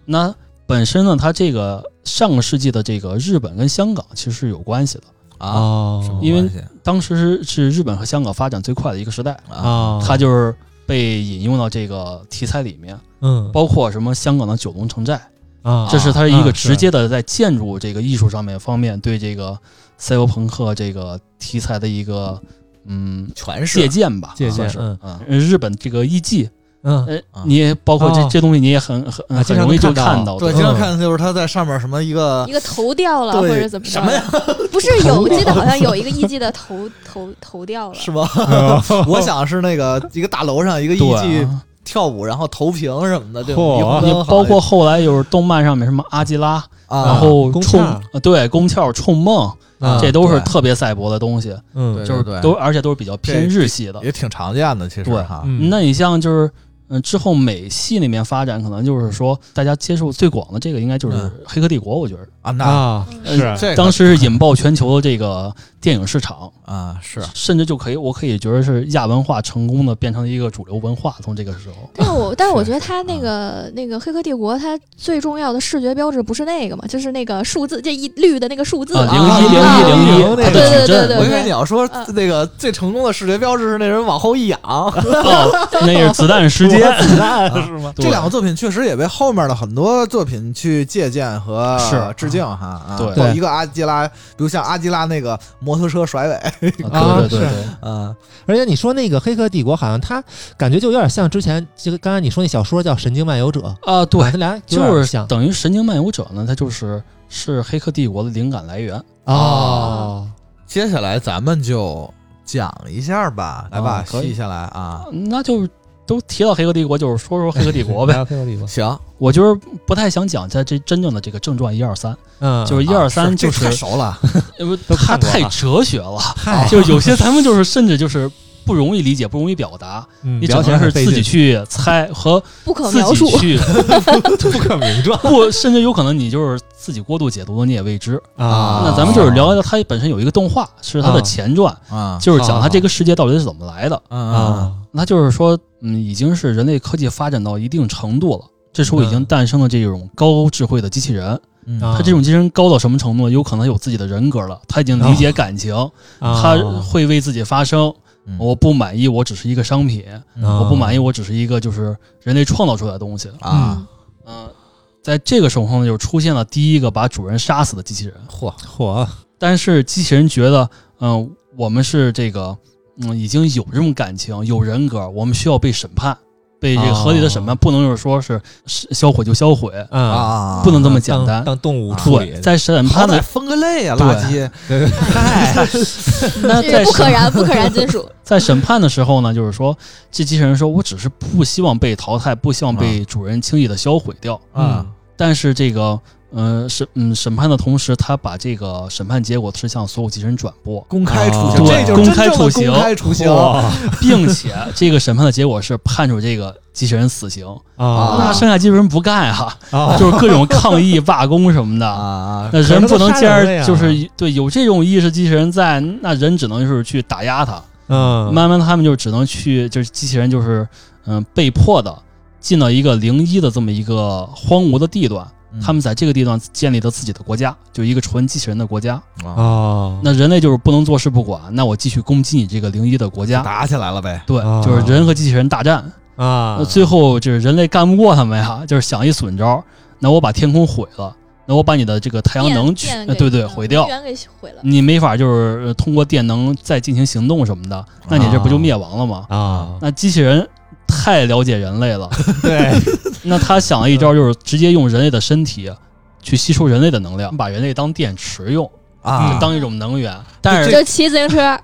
S4: 那本身呢，它这个上个世纪的这个日本跟香港其实是有关系的，
S1: 啊，
S2: 哦
S1: 什么
S4: 因为
S1: 关系
S4: 当时是是日本和香港发展最快的一个时代。
S1: 啊，
S2: 啊，
S4: 它就是被引用到这个题材里面，
S2: 嗯
S4: 包括什么香港的九龙城寨，
S2: 啊，
S4: 这是它一个直
S2: 啊
S4: 接的在建筑这个艺术上面方面对这个赛博朋克这个题材的一个嗯
S1: 全是
S4: 借鉴吧，
S2: 借鉴
S4: 算是
S2: 嗯
S4: 啊。日本这个艺伎，
S2: 嗯
S4: 呃
S1: 啊，
S4: 你也包括这
S2: 哦
S4: 这东西你也很很
S2: 啊经
S4: 很
S2: 常
S4: 容易就
S2: 能看到
S4: 看到
S1: 对，
S4: 的，
S1: 经常看就是他在上面什么一 个
S5: 一个头掉了或
S1: 对
S5: 者怎么着
S1: 什么呀？
S5: 不是有，我记得好像有一个艺伎的头头头掉了，
S1: 是吗？ 我想是那个一个大楼上一个艺
S4: 对
S1: 伎
S4: 啊。
S1: 跳舞，然后投屏什么的，这种霓
S2: 嚯
S1: 虹
S4: 也
S1: 灯好像
S4: 包括后来就是动漫上面什么阿基拉，
S1: 啊，
S4: 然后
S2: 宫
S4: 冲
S2: 壳
S4: 呃对宫壳冲梦，
S2: 啊
S4: 这都是
S1: 对
S4: 特别赛博的东西，
S2: 嗯
S1: 对
S4: 就是都而且都是比较偏
S1: 这
S4: 日系的。
S1: 也挺常见的，其实
S4: 对
S1: 哈，
S2: 嗯
S4: 那你像就是，嗯、之后美系那边发展，可能就是说大家接受最广的这个，应该就是《
S1: 嗯
S4: 黑客帝国》，我觉得、
S1: 啊，呃那
S2: 啊
S4: 嗯
S2: 是
S1: 这个
S4: 当时是引爆全球的这个电影市场，
S1: 啊是
S4: 甚至就可以，我可以觉得是亚文化成功的变成了一个主流文化，从这个时候。
S5: 但是我但是我
S1: 是
S5: 觉得它那
S4: 啊
S5: 个那个《黑客帝国》，它最重要的视觉标志不是那个嘛，就是那个数字，这一绿的那个数字
S4: 啊，零
S1: 啊
S4: 一零
S1: 啊
S4: 一零
S2: 啊
S4: 一，
S2: 对
S4: 它的矩阵，
S5: 对
S1: 我以为你要说
S5: 嗯
S1: 那个最成功的视觉标志是那人往后一仰，
S4: 哦，那是子弹时间，
S2: 子弹是吗？
S4: 对
S1: 这两个作品确实也被后面的很多作品去借鉴和
S4: 是
S1: 致敬哈。啊
S4: 对
S1: 包括一个阿基拉，比如像阿基拉那个摩托车甩尾，
S4: 啊对对对对，
S1: 啊，
S2: 而且你说那个《黑客帝国》，好像它感觉就有点像之前，就刚才你说那小说叫《神经漫游者》，
S4: 啊
S2: 它
S4: 对，
S2: 俩有点
S4: 就是
S2: 像
S4: 等于《神经漫游者》呢，它就是是《黑客帝国》的灵感来源。
S2: 哦，
S1: 接下来咱们就讲一下吧，来吧，
S4: 啊可以
S1: 细下来啊。
S4: 嗯那就都提到《黑客帝国》，就是说说《黑客帝国》呗
S2: 聊。黑客帝国，
S1: 行，
S4: 我就是不太想讲它这真正的这个正传一二三，
S2: 嗯，
S4: 就是啊一
S1: 啊
S4: 二三，
S1: 这
S4: 就是
S1: 太熟了，
S4: 因为
S2: 都
S4: 它
S2: 看过
S4: 太
S2: 了
S4: 哲学了，
S2: 嗨，
S4: 就有些咱们就是甚至就是不容易理解，不容易表达，
S2: 你
S1: 嗯
S4: 你只能是自己去猜和
S5: 不可
S4: 自
S5: 描述
S4: 己。去
S2: 不可名状
S4: 不，甚至有可能你就是自己过度解读了，你也未知。
S1: 啊
S4: 那咱们就是聊一聊它本身有一个动画是它的前传，
S1: 啊
S4: 就是讲它这个世界到底是怎么来的。
S1: 啊
S2: 啊
S4: 那就是说，嗯，已经是人类科技发展到一定程度了。这时候已经
S2: 嗯
S4: 诞生了这种高智慧的机器人，
S1: 嗯
S2: 啊
S4: 他这种精神高到什么程度呢？有可能有自己的人格了，他已经理解感情，
S2: 啊
S4: 他会为自己发声。
S1: 嗯
S4: 我不满意，我只是一个商品；
S2: 啊
S4: 我不满意，我只是一个就是人类创造出来的东西。
S1: 啊，
S4: 嗯、在这个时候呢，就出现了第一个把主人杀死的机器人。
S1: 啊
S2: 嗯
S1: 嚯，
S2: 火
S4: 但是机器人觉得，嗯、我们是这个，嗯，已经有这种感情，有人格，我们需要被审判，被这个合理的审判，
S2: 哦
S4: 不能就是说是是销毁就销毁，
S2: 啊，
S1: 啊，
S4: 不能这么
S2: 当
S4: 简单。啊
S2: 当动物处理
S4: 对，，在审
S1: 好
S4: 判
S1: 歹
S4: 的
S1: 分个类啊，
S4: 对
S1: 垃圾，嗨，
S4: 那
S5: 是
S4: 在
S5: 不可
S4: 审
S5: 燃不可燃金属，
S4: 在审判的时候呢，就是说这机器人说，我只是不希望被淘汰，不希望
S2: 啊
S4: 被主人轻易的销毁掉。
S1: 啊
S4: 但是这个，呃，审嗯审判的同时，他把这个审判结果是向所有机器人转播，
S1: 公开处
S2: 啊
S1: 刑，这
S4: 对
S1: 就是真
S4: 公开
S1: 正的
S4: 处刑
S1: 公开处刑，
S2: 哇
S4: 并且这个审判的结果是判处这个机器人死刑。那
S2: 啊
S4: 剩下机器人不 干啊，
S2: 啊
S4: 就是各种抗议、罢工什么的。
S1: 啊
S4: 那人不能
S2: 可能都
S4: 见
S2: 杀人了呀
S4: 着，就是对有这种意识机器人在，那人只能就是去打压他，
S1: 啊
S2: 嗯，
S4: 慢慢他们就只能去，就是机器人就是嗯、被迫的进到一个零一的这么一个荒芜的地段，
S2: 嗯
S4: 他们在这个地段建立了自己的国家，就一个纯机器人的国家。
S1: 啊，
S2: 哦，
S4: 那人类就是不能坐视不管，那我继续攻击你这个零一的国家。
S1: 打起来了呗。
S4: 对
S2: 啊，
S4: 就是人和机器人大战，
S2: 啊
S4: 那，最后就是人类干不过他们呀，就是想一损招，那我把天空毁了，那我把你的这个太阳能去，
S5: 电
S4: 呃对对，毁掉，嗯
S5: 源给毁了。
S4: 你没法就是呃通过电能再进行行动什么的，那你这不就灭亡了吗？
S2: 啊，
S4: 那机器人太了解人类了，
S2: 对，
S4: 那他想了一招，就是直接用人类的身体去吸收人类的能量，把人类当电池用，
S1: 啊，
S4: 当一种能源。但是
S5: 就骑自行车，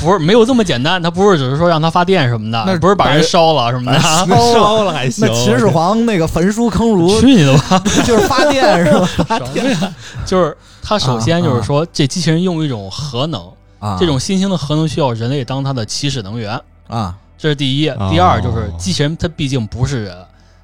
S4: 不是没有这么简单，他不是只是说让他发电什么的，
S1: 那
S4: 不是把人烧了什么的。
S1: 烧
S2: 了还
S1: 那秦始皇那个焚书坑 儒
S4: 去你的吧！
S1: 就是发电是吧？
S4: 什么呀？就是他首先就是说，这机器人用一种核能，
S1: 啊，
S4: 这种新兴的核能需要人类当它的起始能源，
S1: 啊，
S4: 这是第一。第二就是机器人，它毕竟不是人，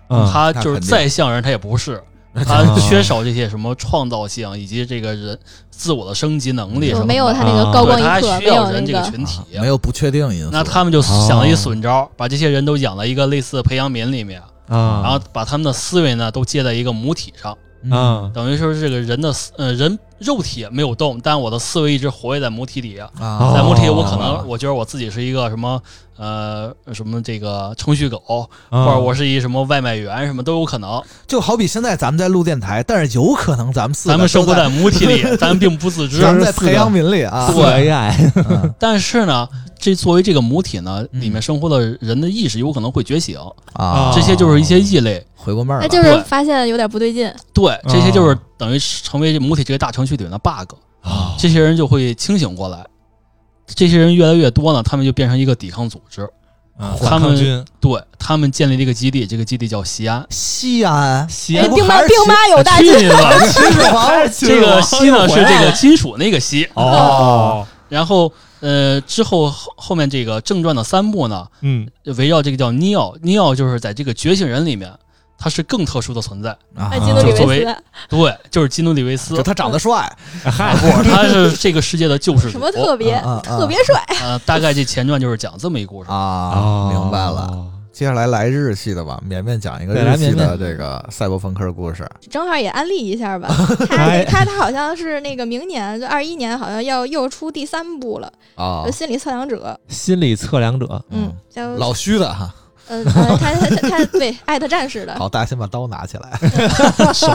S2: 他
S4: 它
S1: 那
S4: 就是
S1: 肯定
S4: 再像人，它也不是，它缺少这些什么创造性以及这个人自我的升级能力什
S5: 我
S4: 么的。
S5: 没有他那个高光
S4: 对，
S5: 一
S4: 它还
S5: 刻，
S4: 需
S5: 没有
S4: 要
S5: 那
S4: 人这个
S5: 个
S4: 群体。
S1: 啊没有不确定因素。
S4: 那他们就想了一损招，把这些人都养在一个类似培养皿里面，
S2: 啊，
S4: 然后把他们的思维呢都接在一个母体上。
S1: 嗯
S2: 啊
S4: 等于说是这个人的思呃人肉体没有动，但我的思维一直活跃在母体里。
S1: 啊，
S4: 在母体，
S2: 哦
S4: 我可能我觉得我自己是一个什么呃什么这个程序狗，
S2: 啊，
S4: 或者我是一什么外卖员，什么都有可能。
S1: 就好比现在咱们在录电台，但是有可能咱们四个
S4: 咱们生活
S1: 都
S4: 在母体里，咱们并不 自知
S1: 咱。们在
S2: 四个
S1: 培养皿里啊，
S2: 做 AI
S1: 嗯
S4: 但是呢，这作为这个母体呢，
S1: 嗯
S4: 里面生活的人的意识有可能会觉醒，
S1: 啊，
S4: 这些就是一些异类。
S1: 回过味儿
S5: 那
S1: 了，
S5: 就是发现有点不对劲，
S4: 对，这些
S1: 哦
S4: 就是等于成为母体这个大程序里面的 bug。
S2: 啊
S4: 这些人就会清醒过来。这些人越来越多呢，他们就变成一个抵抗组织。
S2: 反抗啊军
S4: 对他们建立了一个基地，这个基地叫西安。啊
S1: 西安，
S2: 西
S5: 哎
S2: 安
S1: 不
S5: 兵
S1: 还
S5: 妈
S1: 是
S5: 兵妈有大
S4: 去
S5: 劲，
S4: 你 的！
S1: 秦始 皇
S4: 这个西呢是这个金属那个西。
S2: 哦，
S4: 然后呃，之后后后面这个正传的三部呢，
S2: 嗯
S4: 围绕这个叫尼奥，尼奥就是在这个觉醒人里面，他是更特殊的存在。
S1: 啊
S5: 哎，基努
S4: 就
S5: 里
S4: 作
S5: 维
S4: 为
S5: 斯
S4: 对，就是基努里维
S1: 就
S4: 斯，啊
S1: 他长得帅，
S4: 不，他是这个世界的救世主。
S5: 什么特别
S1: 啊啊啊
S5: 特别帅，
S4: 呃，大概这前传就是讲这么一故事。
S1: 啊，明白了。
S2: 哦
S1: 接下来来日系的吧，绵绵讲一个
S2: 对来
S1: 日系的
S2: 绵绵
S1: 这个赛博朋克故事。
S5: 正好也安利一下吧。他
S2: 哎
S5: 他他好像是那个明年就二一年，好像要又出第三部了，
S1: 啊
S5: 就，心理测量者，
S2: 心理测量者
S5: 嗯
S1: 嗯，
S5: 叫
S1: 老虚的哈，
S5: 呃呃，他他他他对爱的战士的，
S1: 好，大家先把刀拿起来。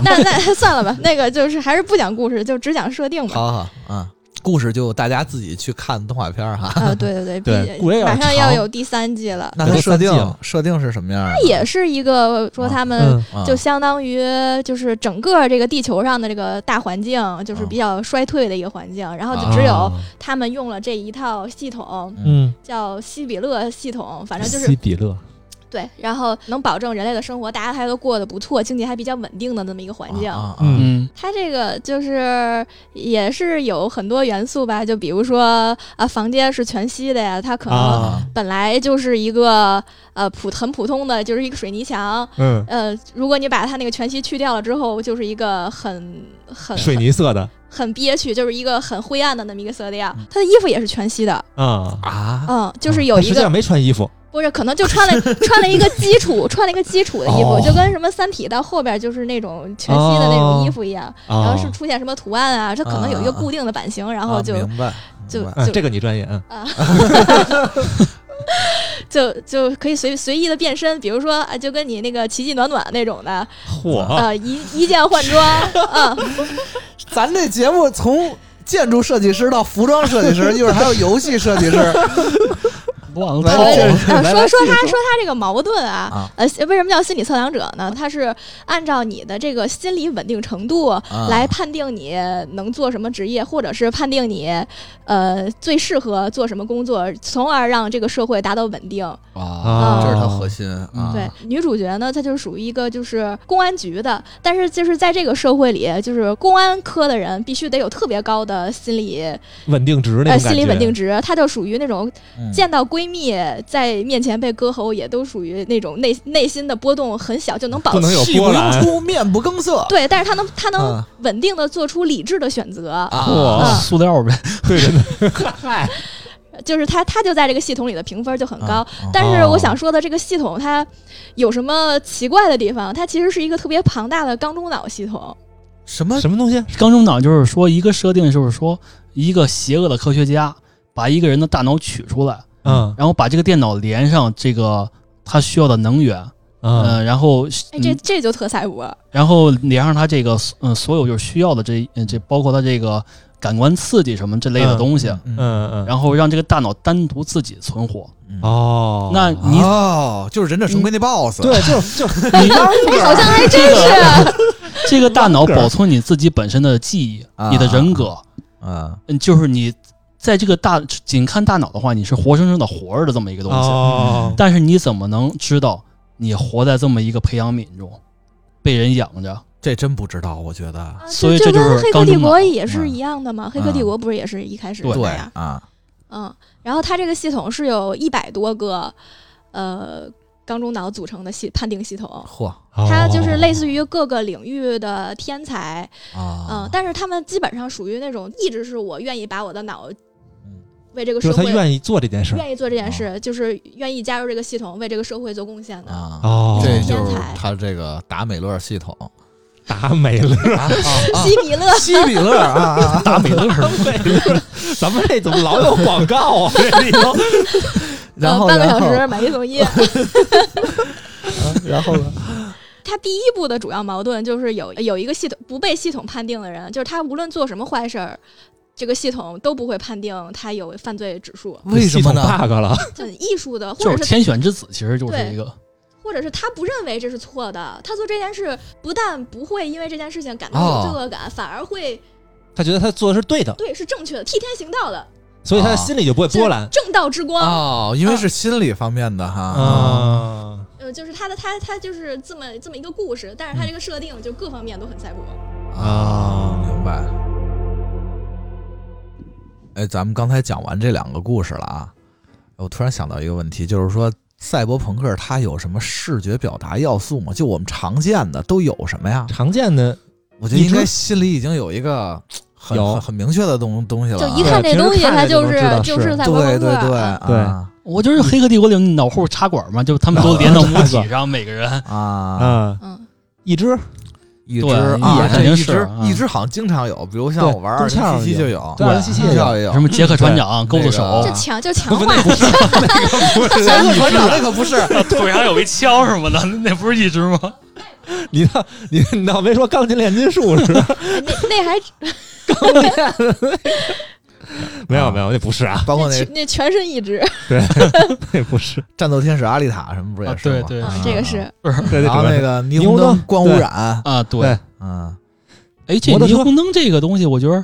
S5: 但但算了吧，那个就是还是不讲故事，就只讲设定 吧。
S1: 好好，嗯，故事就大家自己去看动画片儿哈。
S5: 啊，对对
S2: 对
S5: 对，
S2: 故事
S5: 毕
S2: 也
S5: 马上
S2: 长
S5: 要有第三季了，
S1: 那它
S2: 都
S1: 设
S2: 三季
S1: 定
S2: 了
S1: 设定是什么样儿的？
S5: 也是一个说他们
S2: 嗯
S1: 啊
S5: 就相当于就是整个这个地球上的这个大环境，就是比较衰退的一个环境，然后就只有
S2: 啊
S5: 他们用了这一套系统，
S2: 嗯，
S5: 叫西比勒系统，反正就是
S2: 西比勒
S5: 对，然后能保证人类的生活，大家还都过得不错，经济还比较稳定的那么一个环境。
S1: 啊啊
S2: 嗯
S4: 嗯，
S5: 它这个就是也是有很多元素吧，就比如说啊，房间是全息的呀，它可能
S2: 啊，
S5: 本来就是一个呃普很普通的，就是一个水泥墙，
S2: 嗯，
S5: 呃，如果你把它那个全息去掉了之后，就是一个很很
S2: 水泥色的
S5: 很憋屈，就是一个很灰暗的那么一个色调。他的衣服也是全息的，
S2: 啊，
S1: 啊
S5: 嗯，就是有
S2: 他
S5: 一
S2: 实际
S5: 个、
S2: 上没穿衣服
S5: 不是，可能就穿了穿了一个基础，穿了一个基础的衣服，就跟什么《三体》到后边就是那种全息的那种衣服一样，然
S2: 啊
S5: 后是出现什么图案啊，它可能有一个固定的版型，然后
S1: 啊
S5: 就、
S1: 明白，
S5: 就
S1: 明白
S2: 嗯
S5: 就
S2: 这个你专业嗯
S5: 啊，就就可以随随意的变身，比如说啊，就跟你那个奇迹暖暖那种的，
S2: 嚯，
S5: 呃，一一键换装，啊，
S1: 咱这节目从建筑设计师到服装设计师，一会儿还有游戏设计 师
S4: 忘了
S1: 来
S4: 套
S1: 来
S4: 了
S1: 这
S2: 啊
S5: 呃，
S1: 来
S5: 说
S1: 来
S5: 说
S1: 继续
S5: 他说他这个矛盾啊
S1: 啊，
S5: 呃，为什么叫心理测量者呢？他是按照你的这个心理稳定程度
S1: 啊
S5: 来判定你能做什么职业，或者是判定你呃最适合做什么工作，从而让这个社会达到稳定。
S1: 啊，这是它核心啊。
S5: 对，女主角呢，她就是属于一个就是公安局的，但是就是在这个社会里，就是公安科的人必须得有特别高的心理
S2: 稳定值那
S5: 呃
S2: 种感
S5: 心理
S2: 觉
S5: 稳定值，她就属于那种
S1: 嗯
S5: 见到闺蜜在面前被割喉，也都属于那种内内心的波动很小就能保
S2: 不能有
S1: 气
S2: 波
S1: 不
S2: 澜
S1: 由出，面不更色。
S5: 对，但是她能她能
S1: 啊
S5: 稳
S4: 嗯
S5: 定的做出理智的选择，
S1: 啊
S2: 嚯
S5: 啊
S4: 塑料呗，
S2: 对，真的嗨
S5: 就是它它就在这个系统里的评分就很高。
S1: 啊啊
S5: 但是
S2: 哦
S5: 我想说的这个系统它有什么奇怪的地方？它其实是一个特别庞大的缸中脑系统。
S1: 什么
S2: 什么东西？
S4: 缸中脑就是说一个设定，就是说一个邪恶的科学家把一个人的大脑取出来，
S2: 嗯
S4: 然后把这个电脑连上这个他需要的能源，
S2: 嗯
S4: 呃，然后
S5: 哎，这
S4: 嗯
S5: 这就特赛博。
S4: 然后连上他这个嗯、所有就是需要的这嗯这包括他这个感官刺激什么这类的东西，
S1: 嗯
S2: 嗯嗯，
S4: 然后让这个大脑单独自己存活。
S1: 嗯
S2: 哦，
S4: 那你、
S1: 哦，就是忍者神龟那 BOSS，
S2: 对，就就
S4: 你
S5: 哎，好像还真
S4: 啊
S5: 是。啊
S4: 这个大脑保存你自己本身的记忆，
S1: 啊
S4: 你的人格，
S1: 啊，
S4: 嗯，就是你在这个大仅看大脑的话，你是活生生的活着的这么一个东西。
S2: 哦，
S4: 但是你怎么能知道你活在这么一个培养皿中，被人养着？
S1: 这真不知道，我觉得。
S4: 所以这
S5: 这
S4: 就是
S5: 跟黑客
S4: 缸
S5: 帝
S4: 中脑嗯
S5: 国也是一样的嘛？黑客帝国不是也是一开始
S4: 对
S5: 那样？
S1: 啊，
S5: 嗯，然后它这个系统是有一百多个，呃，缸中脑组成的系判定系统，
S1: 嚯
S2: 嗯哦
S5: 它就是类似
S2: 于
S5: 于各个领域的天才，嗯
S1: 啊，，
S5: 但是他们基本上属于那种一直是我愿意把我的脑
S1: 嗯
S5: 为这个
S2: 就
S5: 社
S2: 是他
S5: 会
S2: 愿意做这件事儿
S5: 愿意做这
S1: 哦
S5: 件事，就是愿意加入这个系统，为这个社会做贡献的。
S1: 啊，
S2: 哦，
S1: 这
S5: 天
S1: 就是
S5: 才
S1: 他这个达美乐系统，
S2: 达美乐，
S1: 啊啊
S5: 西米勒，
S1: 西比乐啊啊，
S4: 达美乐，
S2: 美乐， 咱们这怎么老有广告 啊？这里头，
S1: 然后
S5: 呃、半个
S1: 然
S5: 小
S1: 后
S5: 时买一送一。
S2: 然后呢？
S5: 他第一步的主要矛盾就是有有一个系统不被系统判定的人，就是他无论做什么坏事儿，这个系统都不会判定他有犯罪指数。
S1: 为什么
S2: 系统
S1: 呢？
S2: ？bug 了，
S5: 就艺术的，或
S4: 就
S5: 者
S4: 是
S5: 是
S4: 天选之子，其实就是
S5: 对
S4: 一个
S5: 或者是他不认为这是错的，他做这件事不但不会因为这件事情感到有
S4: 啊
S5: 罪恶感，反而会
S2: 他觉得他做的是对的，
S5: 对是正确的，替天行道的，
S2: 所以他的心啊里就不会波澜
S5: 正道之光。
S4: 啊
S1: 哦，因为是心理方面的哈，
S2: 啊。
S5: 呃，就是他的他他就是这么这么一个故事，但是他这个设定就各方面都很赛博。
S1: 啊，明白。哎，咱们刚才讲完这两个故事了啊，我突然想到一个问题，就是说赛博朋克它有什么视觉表达要素吗？就我们常见的都有什么呀？
S2: 常见的，
S1: 我觉得
S2: 你
S1: 应
S2: 说
S1: 该心里已经有一个很
S2: 有
S1: 很很明确的东东西了
S5: 就
S1: 啊，
S5: 一
S2: 呃
S5: 看这东西，它就是
S2: 就
S5: 就是是
S2: 赛
S5: 赛博
S1: 对
S5: 朋克
S1: 对对
S5: 啊
S1: 啊
S4: 我就是《黑客帝国》里脑后插管嘛，就他们都连到母体上，每个 人。
S1: 啊，
S2: 嗯，
S5: 嗯，
S2: 一只
S1: 一只
S4: 对一
S1: 啊
S4: 眼，
S1: 这
S4: 肯定
S1: 一
S4: 是
S1: 只
S4: 啊
S1: 一只好像经常有，比如像
S2: 对
S1: 我玩
S2: 东
S1: 二零
S2: 校
S1: 七七
S2: 有
S1: 就有，
S2: 对
S1: 二
S2: 二零七七
S1: 七
S2: 也有
S1: 校也有
S4: 什，么杰克船长、钩子手
S1: 那
S5: 就
S1: 个，
S5: 强就强
S2: 不，
S5: 化
S2: 那不是，
S1: 杰克船长那可不是，
S4: 腿上有一枪什么 的，那不是一只吗？
S2: 你倒你你倒没说钢琴炼金术是吧？
S5: 那那 还
S2: 钢炼， 没有没有，那不是啊，
S1: 包括
S5: 那
S1: 那
S5: 那全身一只，
S2: 那不是，
S1: 战斗天使阿丽塔什么不是也
S4: 啊
S1: 是吗？
S4: 对对
S5: 嗯这个是
S2: 对
S1: 然后那
S2: 对
S1: 个霓
S2: 霓虹
S1: 虹灯
S2: 灯
S1: 光污
S2: 对
S1: 染，
S4: 啊，对。
S2: 对
S1: 嗯，
S4: 哎，这
S2: 摩托车
S4: 霓虹灯这个东西，我觉得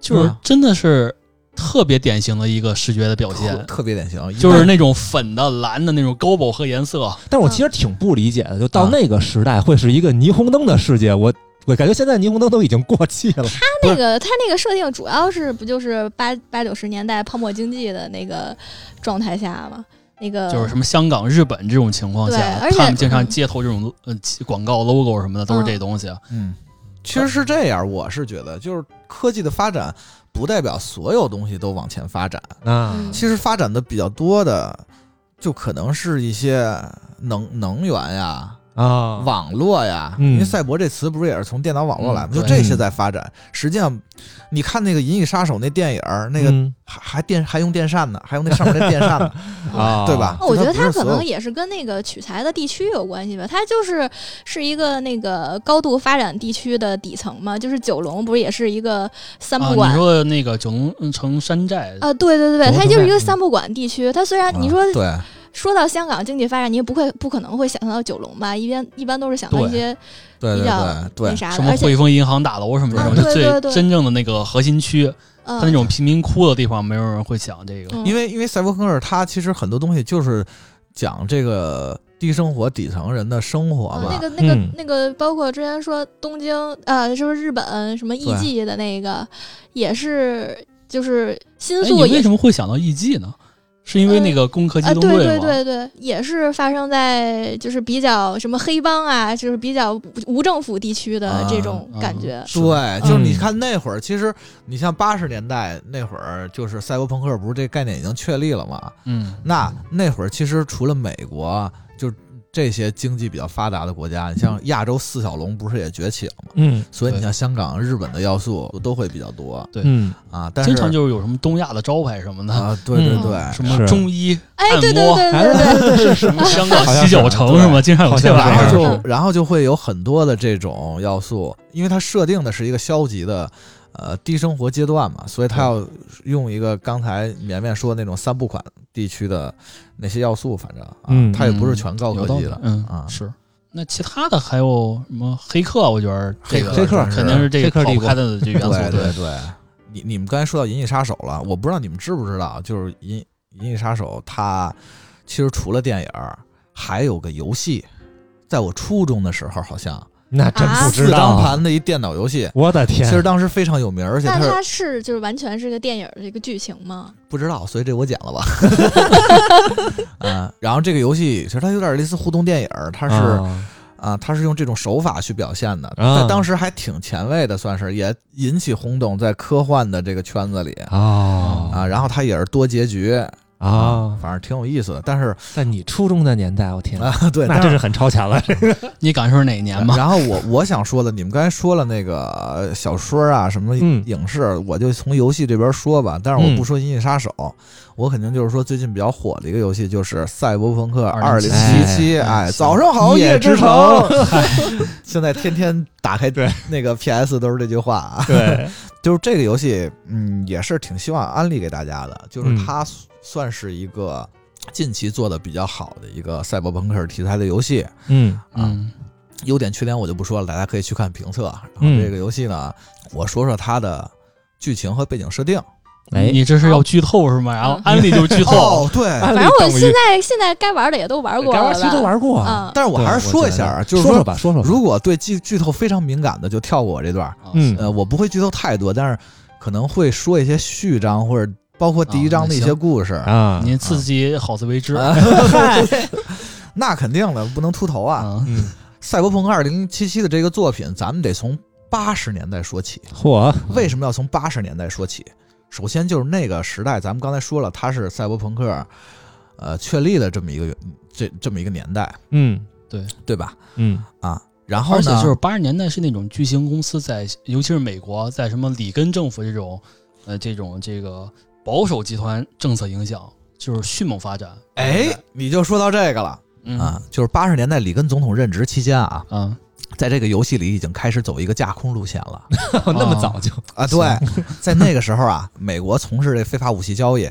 S4: 就是
S1: 嗯
S4: 真的是特别典型的一个视觉的表
S1: 特
S4: 现，
S1: 特别典型，
S4: 就是那种粉的、蓝的那种高饱和颜色。
S2: 但我其实挺不理解的，就到
S1: 啊
S2: 那个时代会是一个霓虹灯的世界，我我感觉现在霓虹灯都已经过气了。
S5: 它那个它那个设定主要是不就是八八九十年代泡沫经济的那个状态下嘛？那个
S4: 就是什么香港、日本这种情况
S5: 对
S4: 下，
S5: 而且
S4: 他们经常街头这种呃广告 logo 什么的都是这东西。啊
S1: 嗯，其实是这样，我是觉得就是科技的发展不代表所有东西都往前发展，
S2: 啊
S5: 嗯
S1: 其实发展的比较多的，就可能是一些能能源呀。
S2: 啊，
S1: 网络呀，
S2: 嗯
S1: 因为赛博这词不是也是从电脑网络来吗？
S4: 嗯
S1: 就
S4: 对
S1: 这些在发展。实际上，你看那个《银翼杀手》那电影儿，那个
S2: 嗯
S1: 还还电还用电扇呢，还用那上面那电扇呢，
S2: 啊，
S1: 对吧？
S5: 哦我觉得
S1: 它
S5: 它
S1: 不是
S5: 可
S1: 所有
S5: 能也是跟那个取材的地区有关系吧，它就是是一个那个高度发展地区的底层嘛，就是九龙不是也是一个三
S4: 啊，
S5: 不
S4: 你
S5: 管
S4: 说的那个九龙嗯城山寨，
S5: 啊？对对
S2: 九龙
S5: 对对，它
S2: 城
S5: 就是
S2: 寨
S5: 一个
S2: 嗯
S5: 三不管地区。它虽然你说
S1: 啊对，
S5: 说到香港经济发展，你也不会不可能会想到九龙吧？一般一般都是想到
S4: 对
S5: 一些
S1: 对
S5: 比
S1: 对
S5: 较
S1: 对
S5: 那
S1: 对，
S5: 啥
S4: 什
S5: 的，
S4: 么
S5: 而且嗯
S4: 汇丰银行大楼什么这种，
S1: 啊
S4: 是
S5: 对对
S4: 最
S5: 对
S4: 真正的那个核心区。
S5: 嗯
S4: 它那种贫民窟的地方，没有人会想这个。
S5: 嗯
S1: 因为因为赛博朋克它其实很多东西就是讲这个低生活底层人的生活
S5: 啊
S1: 嘛，
S5: 那个那个
S2: 嗯
S5: 那个，包括之前说东京呃，就是日本什么 E 艺
S1: 对
S5: 妓的那个，也是就是新
S4: 哎，
S5: 宿
S4: 你为
S5: 也
S4: 什么会想到艺妓呢？是因为那个《攻壳机
S5: 啊，
S4: 动
S5: 对
S4: 队》吗？
S5: 对对对，也是发生在就是比较什么黑帮啊，就是比较无无政府地区的这种
S4: 啊
S5: 感觉。
S1: 对，就是你
S2: 嗯
S1: 看那会儿，其实你像八十年代那会儿，就是赛博朋克不是这概念已经确立了嘛？
S4: 嗯，
S1: 那那会儿其实除了美国，就这些经济比较发达的国家，你像亚洲四小龙不是也崛起了嘛？
S2: 嗯
S1: 所以你像香港、日本的要素都会比较多
S4: 对
S2: 嗯，
S1: 啊。但是
S4: 经常就是有什么东亚的招牌什么的，
S1: 啊，对对
S5: 嗯
S1: 对，
S4: 什么
S2: 是
S4: 中医、
S5: 哎，对对
S4: 按摩
S5: 对对对对，
S4: 什么香港
S2: 好像
S4: 洗脚
S2: 是
S4: 城
S1: 对
S4: 是吗？经常有 这玩
S2: 好像
S4: 意
S1: 然
S2: 是
S1: 后
S4: 儿。啊
S1: 就然后就会有很多的这种要素，因为它设定的是一个消极的，呃，低生活阶段嘛，所以它要用一个刚才绵绵说的那种三不款地区的那些要素，反正啊，
S2: 嗯
S1: 它也不是全高科
S4: 有道
S1: 技
S4: 理
S1: 的，
S4: 嗯
S1: 啊
S4: 是。那其他的还有什么黑客？我觉得这个
S1: 黑客
S4: 肯定是这
S2: 黑
S4: 个
S2: 客
S4: 跑
S2: 帝
S4: 不
S2: 国
S4: 开的这元素。
S1: 对对对，你你们刚才说到《银翼杀手》了，我不知道你们知不知道，就是《银银翼杀手》它其实除了电影儿，还有个游戏，在我初中的时候好像
S2: 那真
S5: 啊
S2: 不
S1: 四
S2: 知道
S1: 张
S2: 啊，
S1: 盘的一电脑游戏。
S2: 我的
S1: 其
S2: 天，
S1: 实当时非常有名，而且
S5: 那
S1: 它是
S5: 它是就是完全是个电影儿的一个剧情吗？
S1: 不知道，所以这我剪了吧。 嗯，然后这个游戏其实它有点类似互动电影儿，它是啊、
S2: 啊
S1: 它是用这种手法去表现的，
S2: 啊
S1: 在当时还挺前卫的，算是也引起轰动，在科幻的这个圈子里
S2: 啊
S1: 啊。然后它也是多结局
S2: 啊！
S1: 反正挺有意思的。但是
S2: 在你初中的年代，我天，
S1: 啊，对，
S2: 那
S1: 但
S2: 真是很超前了。
S4: 你敢说是哪年吗？
S1: 然后我我想说的，你们刚才说了那个呃小说啊，什么
S2: 嗯
S1: 影视，我就从游戏这边说吧。但是我
S2: 嗯
S1: 不说《银翼杀手》我肯定就是说最近比较火的一个游戏就是《赛博朋克2077》。
S4: 2077
S2: 哎
S1: 哎，早上好，
S2: 夜
S1: 之
S2: 之
S1: 城。 现在天天打开
S2: 对
S1: 那个 PS 都是这句话啊。
S2: 对，
S1: 就是这个游戏，嗯，也是挺希望安利给大家的，就是
S2: 嗯
S1: 它算是一个近期做的比较好的一个赛博朋克题材的游戏。啊
S2: 嗯
S4: 嗯，
S1: 优点缺点我就不说了，大家可以去看评测。啊然
S2: 嗯
S1: 后这个游戏呢，我说说它的剧情和背景设定。
S2: 哎，
S4: 你这是要剧透是吗？然后安利就是剧透，
S1: 哦，对，
S2: 安利
S5: 反正我
S2: 等于
S5: 现在现在该玩的也都玩过
S2: 该
S5: 了
S2: 玩谁都
S5: 吧。
S2: 玩过啊。
S5: 嗯，
S1: 但是我还是说一下啊，就是
S2: 说说吧，说说吧。
S1: 如果对剧剧透非常敏感的，就跳过我这段儿。
S4: 啊
S2: 嗯
S1: 呃，我不会剧透太多，但是可能会说一些序章或者包括第一章的一
S4: 啊那
S1: 些
S4: 行
S1: 故事。
S2: 嗯啊，
S4: 您自己好自为之
S1: 啊 那肯定的，不能秃头啊！
S4: 啊。
S2: 嗯，
S1: 赛博朋克二零七七的这个作品，咱们得从八十年代说起。
S2: 嚯，
S1: 为什么要从八十年代说起？首先就是那个时代，咱们刚才说了，它是赛博朋克，呃，确立的这么一个这这么一个年代，
S2: 嗯
S1: 对吧？
S2: 嗯
S1: 啊，然后
S4: 而且
S1: 呢，
S4: 就是八十年代是那种巨型公司在，尤其是美国，在什么里根政府这种，呃，这种这个保守集团政策影响，就是迅猛发展。
S1: 哎，你就说到这个了、
S4: 嗯
S1: 啊，就是八十年代里根总统任职期间啊，
S4: 啊，
S1: 在这个游戏里已经开始走一个架空路线 了
S2: 那么早就
S1: 啊。对，在那个时候啊，美国从事这非法武器交易，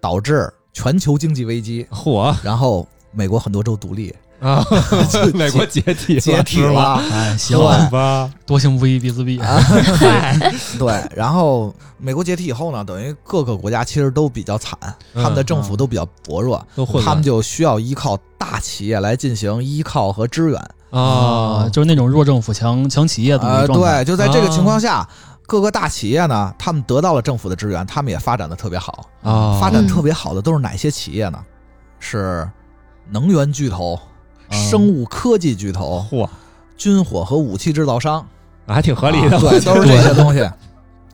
S1: 导致全球经济危机，
S2: 嚯
S1: 然后美国很多州独立
S2: 啊！
S1: 就
S2: 美国解体
S1: 解体
S2: 是吧，
S1: 了。
S4: 哎，行
S1: 对啊
S4: 了，
S2: 好吧？
S4: 多行不义必自毙。
S1: 对，然后美国解体以后呢，等于各个国家其实都比较惨，他们的政府都比较薄弱，
S2: 都混
S1: 他们
S2: 就
S1: 就需要依靠大企业来进行依靠和支援。
S2: 啊，
S4: 呃就是那种弱政府强强企业的那
S1: 呃，
S4: 种状态。
S1: 对，就在这个情况下。各个大企业呢，他们得到了政府的支援，他们也发展的特别好。
S2: 啊
S1: 发展特别好的都是哪些企业呢？是能源巨头、
S4: 嗯
S1: 生物科技巨头、
S2: 嚯，
S1: 军火和武器制造商。
S2: 还挺合理的，
S1: 啊对，都是这些东西。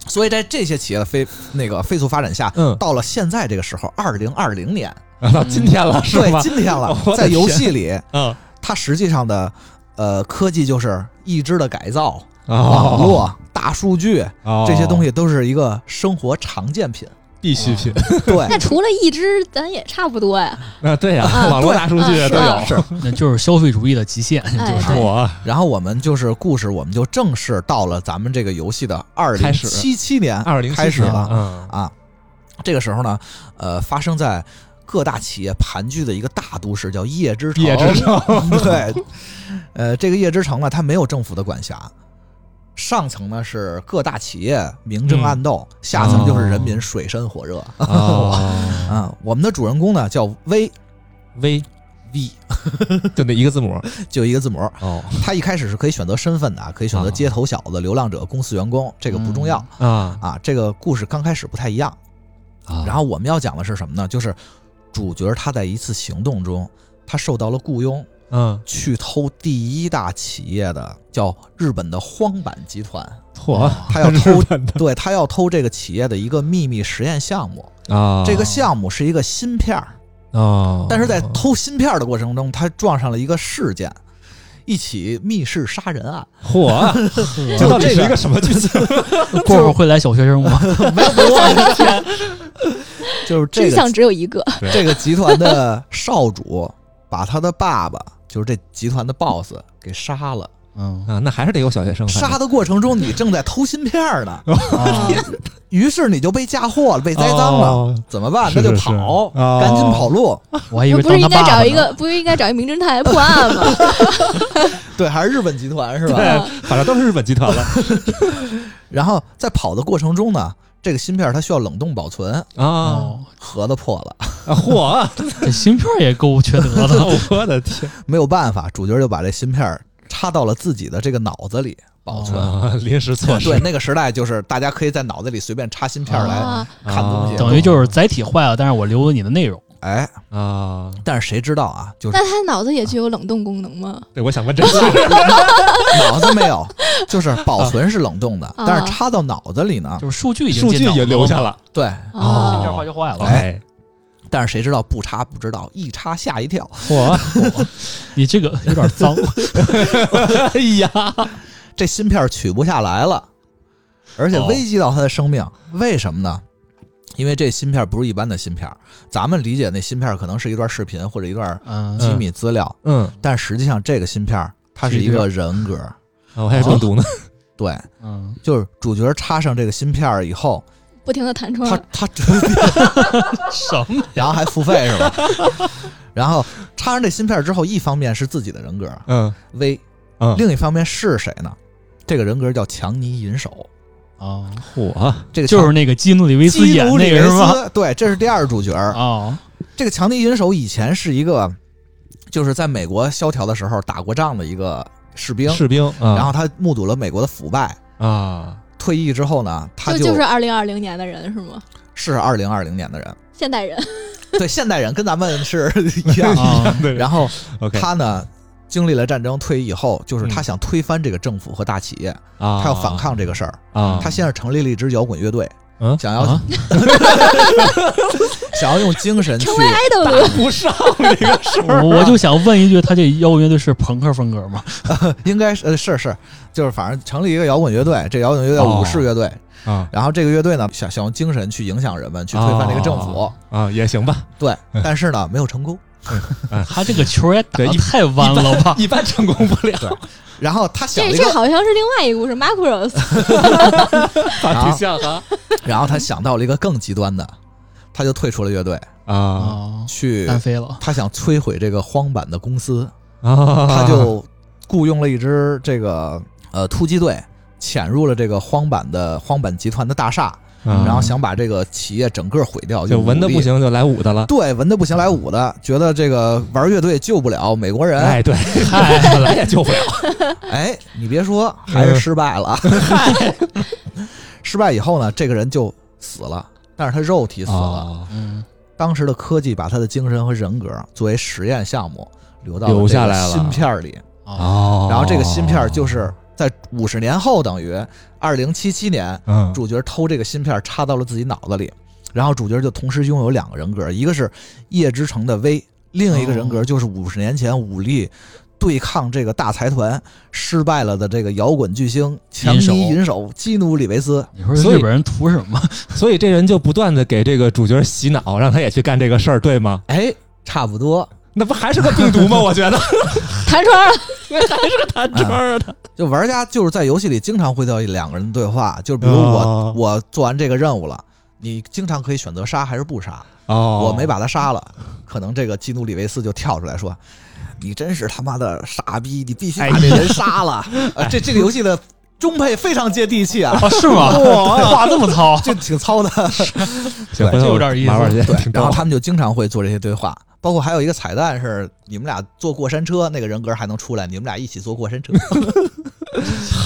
S1: 所以在这些企业的飞那个飞速发展下，
S2: 嗯，
S1: 到了现在这个时候，二零二零年，
S2: 到嗯今天了 是
S1: 对
S2: 吧，？
S1: 今天了
S2: 我，的
S1: 在游
S2: 天
S1: 戏里，
S2: 嗯
S1: 它实际上的呃科技就是意志的改造、网
S2: 啊，
S1: 络、大数据
S2: 哦
S1: 这些东西都是一个生活常见 品。
S2: 必需品
S1: 对
S5: 那除了一只，咱也差不 多呀。
S2: 啊，对呀，
S5: 啊
S2: 网络大数据
S5: 对
S2: 都有
S5: 啊
S1: 是。
S4: 那就是消费主义的极限，
S5: 哎
S4: 就是
S5: 对
S2: 我
S1: 然后我们就是故事，我们就正式到了咱们这个游戏的二零
S2: 开始
S1: 七七年
S2: 二零
S1: 开始了。
S2: 嗯
S1: 啊，这个时候呢，呃，发生在各大企业盘踞的一个大都市叫夜之城。
S2: 夜之城
S1: 对，呃，这个夜之城呢，它没有政府的管辖，上层呢是各大企业明争暗斗，下层就是人民水深火热。
S4: 嗯
S2: 啊
S1: 啊，我们的主人公呢叫 V
S2: ，V
S1: V，
S2: 就那一个字母
S1: 就一个字母。
S2: 哦
S1: 他一开始是可以选择身份的啊，可以选择街头小子、流浪者、公司员工，这个不重要
S2: 啊
S1: 啊。这个故事刚开始不太一样。
S2: 啊
S4: 嗯
S1: 然后我们要讲的是什么呢？就是主角他在一次行动中，他受到了雇佣，
S2: 嗯，
S1: 去偷第一大企业的叫日本的荒坂集团，
S2: 嚯，
S1: 他要偷
S2: 哦 日本的
S1: 对他要偷这个企业的一个秘密实验项目。
S2: 啊，
S1: 这个项目是一个芯片儿，
S2: 啊，
S1: 但是在偷芯片儿的过程中，他撞上了一个事件，一起密室杀人案。
S2: 嚯， 这到底是一个什么剧情？
S4: 过会儿会来小 学生吗？
S1: 没有，我的天，就是这
S5: 真
S1: 个
S5: 相只有一个，
S1: 这个集团的少主把他的爸爸，就是这集团的 boss 给 杀了。
S4: 嗯，
S2: 啊，那还是得有小学生看的
S1: 杀的过程中，你正在偷芯片儿 呢，
S4: 啊
S1: 于是你就被嫁祸了，被栽赃了，
S2: 哦
S1: 怎么办？
S2: 是
S1: 那就是
S2: 是
S1: 跑，
S2: 哦
S1: 赶紧跑路。
S4: 我还以
S5: 不
S4: 为
S5: 不是
S4: 当
S5: 应
S4: 他
S5: 该
S4: 爸
S5: 找
S4: 爸
S5: 一
S4: 呢。
S5: 个，不是应该找一名侦探来破案吗？
S1: 对，还是日本集团是吧？
S2: 对，反正都是日本集团了
S1: 然后在跑的过程中呢，这个芯片它需要冷冻保存，
S2: 啊！
S4: 哦，
S1: 盒子破了，
S2: 啊嚯，
S4: 这芯片也够缺德的。
S2: 我的天
S1: 没有办法，主角就把这芯片插到了自己的这个脑子里保存。
S2: 啊！临时措施
S1: 对，那个时代就是大家可以在脑子里随便插芯片来
S5: 啊，
S1: 看东西，
S2: 啊
S4: 等于就是载体坏了，但是我留了你的内容。
S1: 哎，
S2: 啊！
S1: 但是谁知道啊？ 就是
S5: 那他脑子也具有冷冻功能吗？
S2: 对，我想问这个
S1: 脑子没有，就是保存是冷 冻的，
S5: 啊
S1: 但是插到脑子里呢，
S4: 就是数据已经
S2: 数据
S4: 进脑
S2: 也
S4: 子
S2: 留
S4: 了
S2: 下
S4: 嘛，
S2: 了，
S1: 对，
S2: 哦
S4: 芯
S5: 啊，
S4: 片坏就坏了。
S1: 哎，但是谁知道不插不知道，一插吓一跳。
S2: 嚯！
S4: 你这个有点脏。哎呀，
S1: 这芯片取不下来了，而且
S4: 哦
S1: 危及到他的生命。为什么呢？因为这芯片不是一般的芯片，咱们理解那芯片可能是一段视频或者一段
S4: 嗯，
S1: 机密资料，
S2: 嗯，
S1: 但实际上这个芯片它是一个人格。
S2: 啊我还有中毒呢，
S1: 对，
S4: 嗯，
S1: 就是主角插上这个芯片以 后，
S5: 不停的弹窗
S1: 他，他
S4: 什么？
S1: 然后还付费是吧？ 然后插上这芯片之后，一方面是自己的人格
S2: 嗯
S1: V，
S2: 嗯，
S1: 另一方面是谁呢？这个人格叫强尼银手，
S4: 啊，
S2: 嚯！
S1: 这个
S4: 就是那个基努里维斯
S1: 基
S4: 演
S1: 努
S4: 那
S1: 里
S4: 个
S1: 维
S4: 是吗？
S1: 斯， 对，这是第二主角。
S4: 啊，
S1: 这个强尼银手以前是一个，就是在美国萧条的时候打过仗的一个士兵，
S2: 士兵啊，
S1: 然后他目睹了美国的腐败。
S2: 啊，
S1: 退役之后呢，他
S5: 就
S1: 就
S5: 就是二零二零年的人是吗？
S1: 是二零二零年的人，
S5: 现代人，
S1: 对现代人跟咱们是一样。
S4: 啊
S2: 对
S1: 然后
S2: OK
S1: 他呢，经历了战争，退役以后，就是他
S2: 嗯
S1: 想推翻这个政府和大企业，
S2: 啊，
S1: 他要反抗这个事儿。
S2: 啊，
S1: 他先是成立了一支摇滚乐队，
S2: 嗯
S1: 想要
S2: 啊
S1: 想要用精神去
S5: 成为 idol
S2: 不上这个事
S4: 我我就想问一句，他这摇滚乐队是朋克风格吗？
S1: 应该是呃是是，就是反正成立一个摇滚乐队，这摇滚乐队叫
S2: 哦
S1: 武士乐队。
S2: 啊
S1: 然后这个乐队呢，想想用精神去影响人们，去推翻这个政府。
S2: 哦啊，也行吧，
S1: 对，但是呢，没有成功。
S4: 他这个球也打
S2: 哎对
S4: 得
S2: 一
S4: 太弯了吧？
S2: 一般成功不了，
S1: 然后他想
S5: 这
S1: 了一
S5: 这
S1: 个，
S5: 好像是另外一个故事，Macros
S1: 啊
S2: 挺像哈
S1: 然后他想到了一个更极端的，他就退出了乐队，
S2: 啊
S4: 啊，
S1: 去
S4: 单飞了。
S1: 他想摧毁这个荒坂的公司，
S2: 啊，
S1: 他就雇佣了一支这个呃突击队，潜入了这个荒坂的荒坂集团的大厦，
S2: 啊
S1: 然后想把这个企业整个毁掉，
S2: 就
S1: 用
S2: 文的
S1: 武力
S2: 不。行就来武的 了，
S1: 对，文的不行来武的，觉得这个玩乐队救不了美国人。
S2: 哎，对，嗨，本来 也救不了，
S1: 哎，你别说，还是失败了。
S2: 嗯
S1: 失败以后呢，这个人就死了，但是他肉体死了。
S2: 啊
S4: 嗯，
S1: 当时的科技把他的精神和人格作为实验项目留到了
S2: 留
S1: 这
S2: 下
S1: 个
S2: 来了
S1: 芯片儿里，
S4: 啊，
S2: 哦，
S1: 然后这个芯片儿就是在五十年后，等于二零七七年，
S2: 嗯
S1: 主角偷这个芯片儿插到了自己脑子里，然后主角就同时拥有两个人格，一个是夜之城的 V，另一个人格就是五十年前武力对抗这个大财团失败了的这个摇滚巨星强尼银手基努里维斯。
S4: 你说
S2: 所以
S4: 日本人图什么？
S2: 所以这人就不断的给这个主角洗脑，让他也去干这个事儿，对吗？
S1: 哎，差不多，
S2: 那不还是个病毒 吗？我觉得
S5: 弹窗
S1: 啊
S5: 了，
S2: 他这儿的
S1: 就玩家就是在游戏里经常会到两个人的对话，就比如我、
S2: 哦
S1: 我做完这个任务了。你经常可以选择杀还是不杀，
S2: 哦，
S1: 我没把他杀了，可能这个基努里维斯就跳出来说：“你真是他妈的傻逼，你必须把这人杀了。呃这这个游戏的中配非常接地气啊，
S4: 啊，是吗？话这 么糙，
S1: 就挺糙的。
S2: 行，
S1: 对
S2: 回头
S4: 就有点意思
S2: 玩玩去，
S1: 对
S2: 挺，逗
S1: 然后他们就经常会做这些对话，包括还有一个彩蛋是你们俩坐过山车，那个人格还能出来，你们俩一起坐过山 车。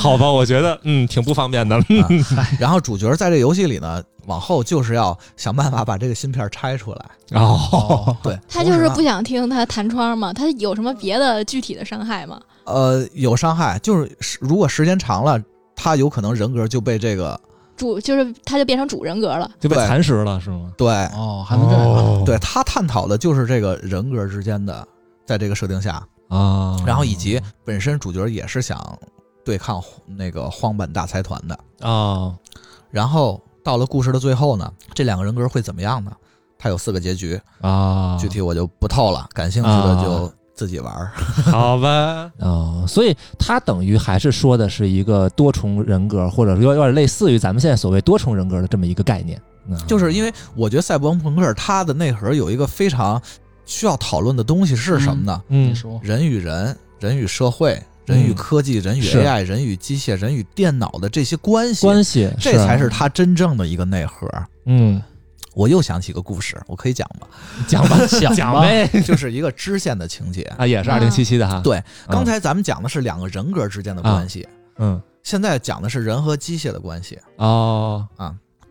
S2: 好吧，我觉得嗯挺不方便的。
S1: 然后主角在这游戏里呢，往后就是要想办法把这个芯片拆出来。
S2: 哦，
S1: 对，
S5: 他就是
S1: 同时
S5: 不
S1: 呢
S5: 想听他弹窗嘛，他有什么别的具体的伤害吗？
S1: 呃有伤害，就是时如果时间长了，他有可能人格就被这个
S5: 主就是他就变成主人格了，
S2: 就被
S1: 对
S2: 蚕食了是吗？
S1: 对
S4: 哦，还能这样啊，
S1: 对他探讨的就是这个人格之间的在这个设定下，
S2: 啊，
S1: 然后以及本身主角也是想对抗那个荒坂大财团的。
S2: 啊，
S1: 然后到了故事的最后呢，这两个人格会怎么样呢？它有四个结局，
S2: 啊，
S1: 具体我就不透了，感兴趣的就自己玩儿。
S2: 好吧， 啊，所以他等于还是说的是一个多重人格，或者说有点类似于咱们现在所谓多重人格的这么一个概念，嗯
S1: 就是因为我觉得赛博朋克它的内核有一个非常需要讨论的东西是什么呢？
S2: 嗯
S4: 你说
S1: 人与人、人与社会、人与科技、人与
S2: 嗯是
S1: AI、人与机械、人与电脑的这些关系，
S2: 关系，啊
S1: 这才是它真正的一个内核。
S2: 嗯，
S1: 我又想起个故事，我可以讲 吗？
S2: 讲吧
S4: 讲吧
S2: 讲呗，
S1: 就是一个支线的情节。
S2: 啊，也是二零七七的哈，
S1: 对，
S2: 嗯，
S1: 刚才咱们讲的是两个人格之间的关系，
S2: 嗯
S1: 现在讲的是人和机械的关系。
S2: 哦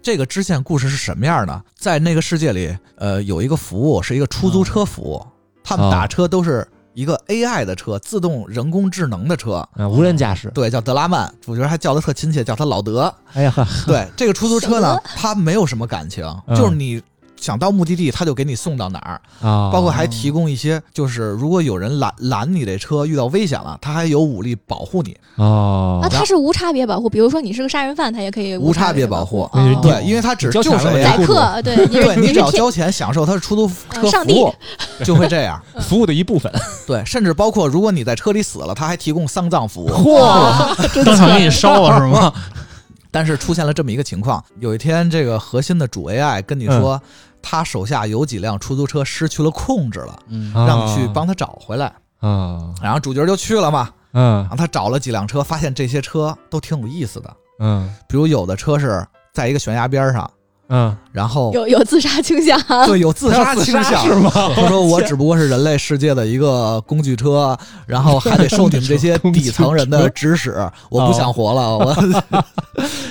S1: 这个支线故事是什么样呢？在那个世界里，呃，有一个服务是一个出租车服
S2: 嗯
S1: 务，他们打车都是一个 AI 的车，自动人工智能的车。
S2: 啊，无人驾驶，
S1: 对，叫德拉曼，主角还叫他特亲切，叫他老德。
S2: 哎呀呵，
S1: 对，这个出租车呢
S5: 小，
S1: 他没有什么感情，
S2: 嗯
S1: 就是你想到目的地，他就给你送到哪儿，
S2: 啊，
S1: 包括还提供一些，就是如果有人拦拦你这车，遇到危险了，他还有武力保护你。
S2: 哦
S5: 那，他是无差别保护，比如说你是个杀人犯，他也可以
S1: 无差别
S5: 保
S1: 保
S2: 护
S5: 哦
S2: 你
S1: 对，因为他只
S2: 交
S1: 就
S2: 钱
S1: 是
S2: 了
S1: 这
S2: 呀
S1: 样
S5: 宰客，对，你
S1: 对
S5: 是
S1: 你
S5: 是
S1: 只 要
S5: 骗
S1: 交钱享受他的出租车
S5: 呃上
S1: 服
S5: 帝
S1: 务，就会这样。
S2: 服务的一部分，
S1: 对，甚至包括如果你在车里死了，他还提供丧葬服务。
S2: 嚯，
S4: 当场给你烧了 是吗？
S1: 但是出现了这么一个情况，有一天这个核心的主 AI 跟你
S2: 嗯
S1: 说，他手下有几辆出租车失去了控制了，
S4: 嗯，
S2: 哦
S1: 让你去帮他找回来。
S2: 啊，
S1: 然后主角就去了嘛，
S2: 嗯
S1: 然后他找了几辆车，发现这些车都挺有意思的，
S2: 嗯
S1: 比如有的车是在一个悬崖边上，
S2: 嗯，
S1: 然后
S5: 有有自杀倾向，
S1: 对有自杀倾向，
S2: 是吗？
S1: 他说：“我只不过是人类世界的一个工具车，然后还得受你们这 些底层人的指使，我不想活了。我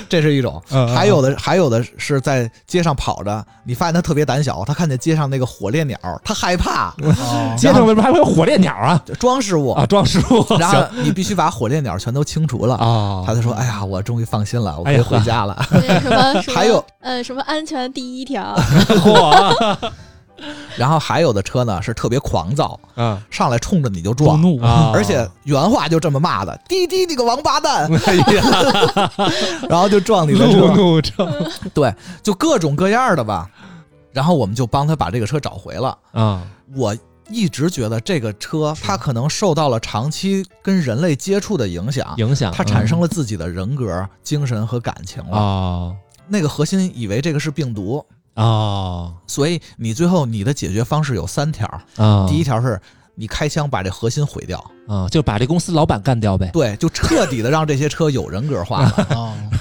S1: 这是一种，
S2: 哦嗯嗯
S1: 还有的还有的是在街上跑着，你发现他特别胆小，他看见街上那个火烈鸟，他害怕，
S4: 啊
S2: 街上为什么还会有火烈鸟啊？
S1: 装饰我，
S2: 嗯啊，壮士傅，
S1: 然
S2: 行
S1: 后你必须把火烈鸟全都清除了。
S2: 啊
S1: 他就说：‘哎呀，我终于放心了，我可
S2: 哎
S1: 以
S2: 呀
S1: 回家了。
S5: 对 什么什么
S1: 还有
S5: 呃什么安全第一条，
S2: 嚯，
S1: 然后还有的车呢是特别狂躁，
S2: 嗯
S1: 上来冲着你就
S4: 不
S1: 撞，
S4: 怒
S2: 啊，
S1: 而且原话就这么骂的：“滴滴，你个王八蛋！”
S2: 哦 哎 呀，
S1: 然后就撞你的
S2: 路
S1: 车，
S2: 怒症
S1: 就各种各样的吧。然后我们就帮他把这个车找回了。
S2: 啊，
S1: 我一直觉得这个车它可能受到了长期跟人类接触的影响，
S2: 影响嗯
S1: 它产生了自己的人格、精神和感情了。
S2: 啊
S1: 那个核心以为这个是病毒，
S2: 啊
S1: 所以你最后你的解决方式有三条。
S2: 啊！
S1: 第一条是你开枪把这核心毁掉，
S2: 啊，就把这公司老板 干掉呗，
S1: 对，就彻底的让这些车有人格化 了。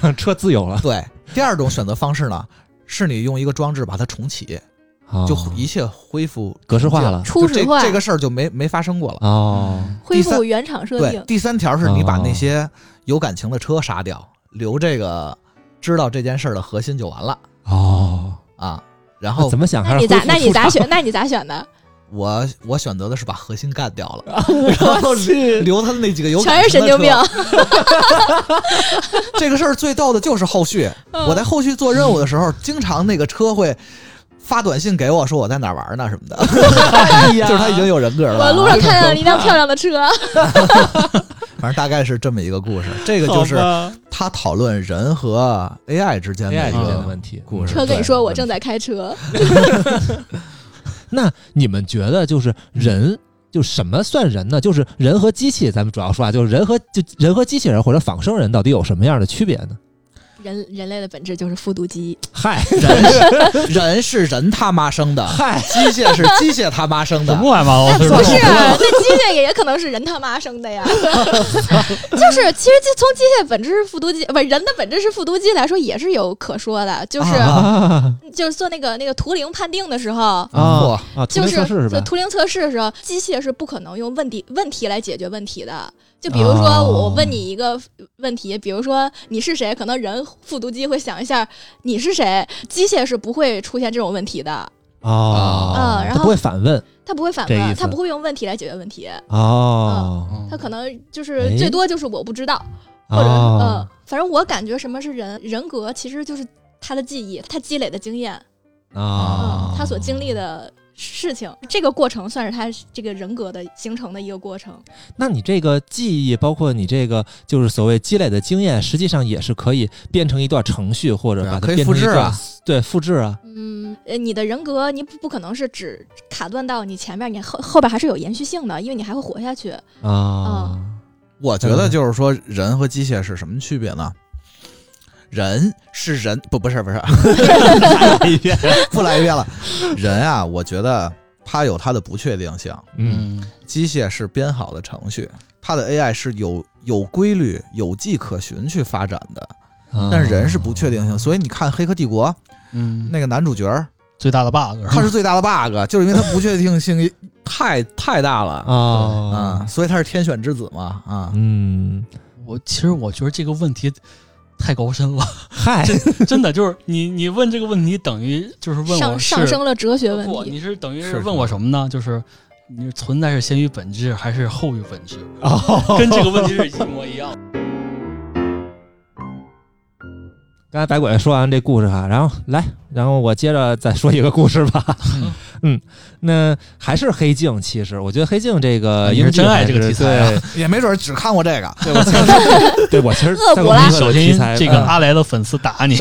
S4: 啊，
S2: 车自由了，
S1: 对，第二种选择方式呢，是你用一个装置把它重启。
S2: 啊
S1: 就一切恢复
S2: 格式化了
S5: 初
S1: 就这
S5: 始化
S1: 这个事儿就没没发生过了。
S2: 哦
S5: 恢
S1: 第
S5: 复
S1: 三
S5: 原厂设
S1: 对
S5: 定，，
S1: 第三条是你把
S2: 哦
S1: 那些有感情的车杀掉，留这个知道这件事儿的核心就完了
S2: 哦，
S1: 啊。然
S2: 那
S1: 后
S2: 怎么想
S5: 那
S2: 还是
S5: 你咋
S2: 恢复
S5: 那你咋
S2: 出
S5: 选？那你咋选的？
S1: 我我选择的是把核心干掉了， 然后留留他的那几个有感
S5: 全是
S1: 情
S5: 神
S1: 的
S5: 经病
S1: 车。 这个事儿最逗的就是后续，
S5: 嗯
S1: 我在后续做任务的时候，经常那个车会。发短信给我说我在哪儿玩呢什么的， 就是他已经有人格了。
S5: 哎我路上看到了一辆漂亮的
S1: 啊
S5: 车，
S1: 反正大概是这么一个故事。这个就是他讨论人和 AI 之间的
S2: AI
S1: 一
S2: 之间的
S1: 个
S2: 问题
S1: 哎故事。
S5: 车 跟你说
S1: 对
S5: 我
S2: 嗯
S5: 正在开车，
S2: 那你们觉得就是人？就什么算人呢？就是人和机器，咱们主要说啊，就是人和就人和机器人或者仿生人到底有什么样的区别呢？
S5: 人人类的本质就是复读机，
S2: 嗨
S1: 人是 人是人他妈生 的，
S2: 嗨，
S1: 机械是机械他妈生
S4: 怎
S1: 的
S4: 么。乱八糟？
S5: 哎不是，啊那机械也可能是人他妈生的呀。就是，其实从机械本质是复读机，不，人的本质是复读机来说也是有可说的。就是、
S2: 啊
S5: 就是做那个那个图灵判定的时候，
S2: 啊啊！
S5: 就
S2: 图灵
S5: 是
S2: 测试是
S5: 做
S2: 吧？
S5: 图灵测试的时候，机械是不可能用问题问题来解决问题的。就比如说，
S2: 哦
S5: 我问你一个问题，比如说你是谁，可能人复读机会想一下你是谁，机械是不会出现这种问题的，
S2: 哦，
S5: 嗯然
S2: 他
S5: 后
S2: 不会反问
S5: 它不会反
S2: 这意
S5: 问，
S2: 思
S5: 它不会用问题来解决问题，
S2: 哦，
S5: 它可能就
S2: 哎
S5: 是最多就是我不知道，嗯或者
S2: 哦
S5: 呃，，反正我感觉什么是人人格，其实就是他的记忆，他积累的经验，
S2: 啊
S5: 嗯，，他所经历。的事情，这个过程算是他这个人格的形成的一个过程。
S2: 那你这个记忆，包括你这个就是所谓积累的经验，实际上也是可以变成一段程序，或者
S1: 对啊
S2: 把它
S1: 可以
S2: 变成
S1: 复制
S2: 一段
S1: 啊，
S2: 对，复制啊，
S5: 嗯，呃，你的人格你不不可能是只卡断到你前面，你后后边还是有延续性的，因为你还会活下去。
S2: 啊，
S1: 我觉得就是说，人和机械是什么区别呢？人是人，不不是不是，嗯
S2: 一遍，
S1: 不来约了。人啊，我觉得它有它的不确定性，
S2: 嗯，
S1: 机械是编好的程序，它的 AI 是有有规律、有迹可循去发展的，
S2: 嗯
S1: 嗯但是人是不确定性，所以你看《黑客帝国》
S4: 嗯，
S1: 那个男主角儿，
S4: 最大的 bug
S1: 他是最大的 bug，就是因为他不确定性太太大了
S2: 啊
S1: 啊，
S2: 啊，
S1: 所以他是天选之子嘛啊。
S2: 嗯，
S4: 我其实我觉得这个问题太高深了，
S2: 嗨，
S4: 真的就是你你问这个问题等于就是问
S5: 上
S4: 我
S5: 上
S4: 是
S5: 升了哲学问
S4: 不，
S5: 题。
S4: 你是等于
S1: 是
S4: 是
S1: 是
S4: 问我什么呢？就是你是存在是先于本质还是后于本质？嗯
S2: 哦嗯
S4: 跟这个问题是一模一 样。
S2: 刚才百鬼说完这故事哈，然后来，然后我接着再说一个故事吧。嗯，那还是黑镜，其实我觉得黑镜这个
S4: 啊你
S2: 英
S4: 是
S2: 剧
S4: 真爱
S2: 还
S4: 这个
S2: 是
S4: 题材啊
S1: 也没准儿只看过这个
S2: 对，对我其实对我其实
S5: 恶
S2: 在
S5: 果啦
S2: 工作
S4: 小
S2: 的题
S4: 心
S2: 材嗯
S4: 这个阿来的粉丝打你。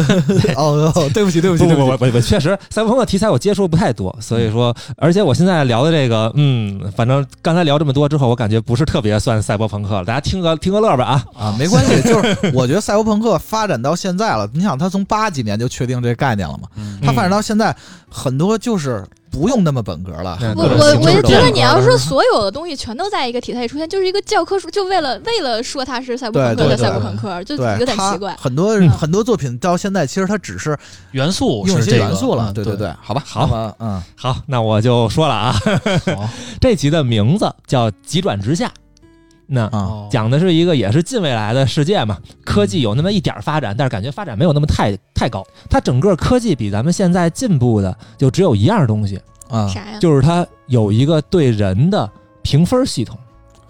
S1: 哦哦，对不起对不
S2: 不
S1: 起
S2: 不
S1: 对
S2: 不，
S1: 不
S4: 啊
S2: 我
S1: 起，
S2: 我我确实赛博朋克题材我接触不太多，所以说，而且我现在聊的这个，嗯，反正刚才聊这么多之后，我感觉不是特别算赛博朋克了，大家听个听个乐吧啊。
S1: 啊，没关系，就是我觉得赛博朋克发展到现在了，你想他从八几年就确定这概念了嘛，
S2: 嗯
S1: 他发展到现在很多就是不用那么本格了，
S2: 嗯
S5: 我
S2: 各种形
S5: 我我
S2: 式
S5: 就
S2: 都
S5: 觉得
S2: 有
S5: 你要说所有的东西全都在一个体态里出现，就是一个教科书，就为了为了说它是赛博朋克
S1: 对
S5: 的
S1: 对
S5: 赛博朋克，就
S1: 对，
S5: 有点
S1: 他
S5: 奇怪。
S1: 很多
S2: 嗯
S1: 很多作品到现在其实它只是
S4: 元素
S1: 用一
S4: 是
S1: 些
S4: 这个嗯
S1: 元素了，对
S4: 对
S1: 对，，好吧，那
S2: 好
S1: 么嗯，
S2: 好，那我就说了啊，
S4: 好
S2: 这集的名字叫《急转直下》，那
S1: 啊，
S4: 哦
S2: 讲的是一个也是近未来的世界嘛，科技有那么一点儿发展，但是感觉发展没有那么太太高。它整个科技比咱们现在进步的就只有一样东西，
S1: 啊，
S5: 啥呀？
S2: 就是它有一个对人的评分系统。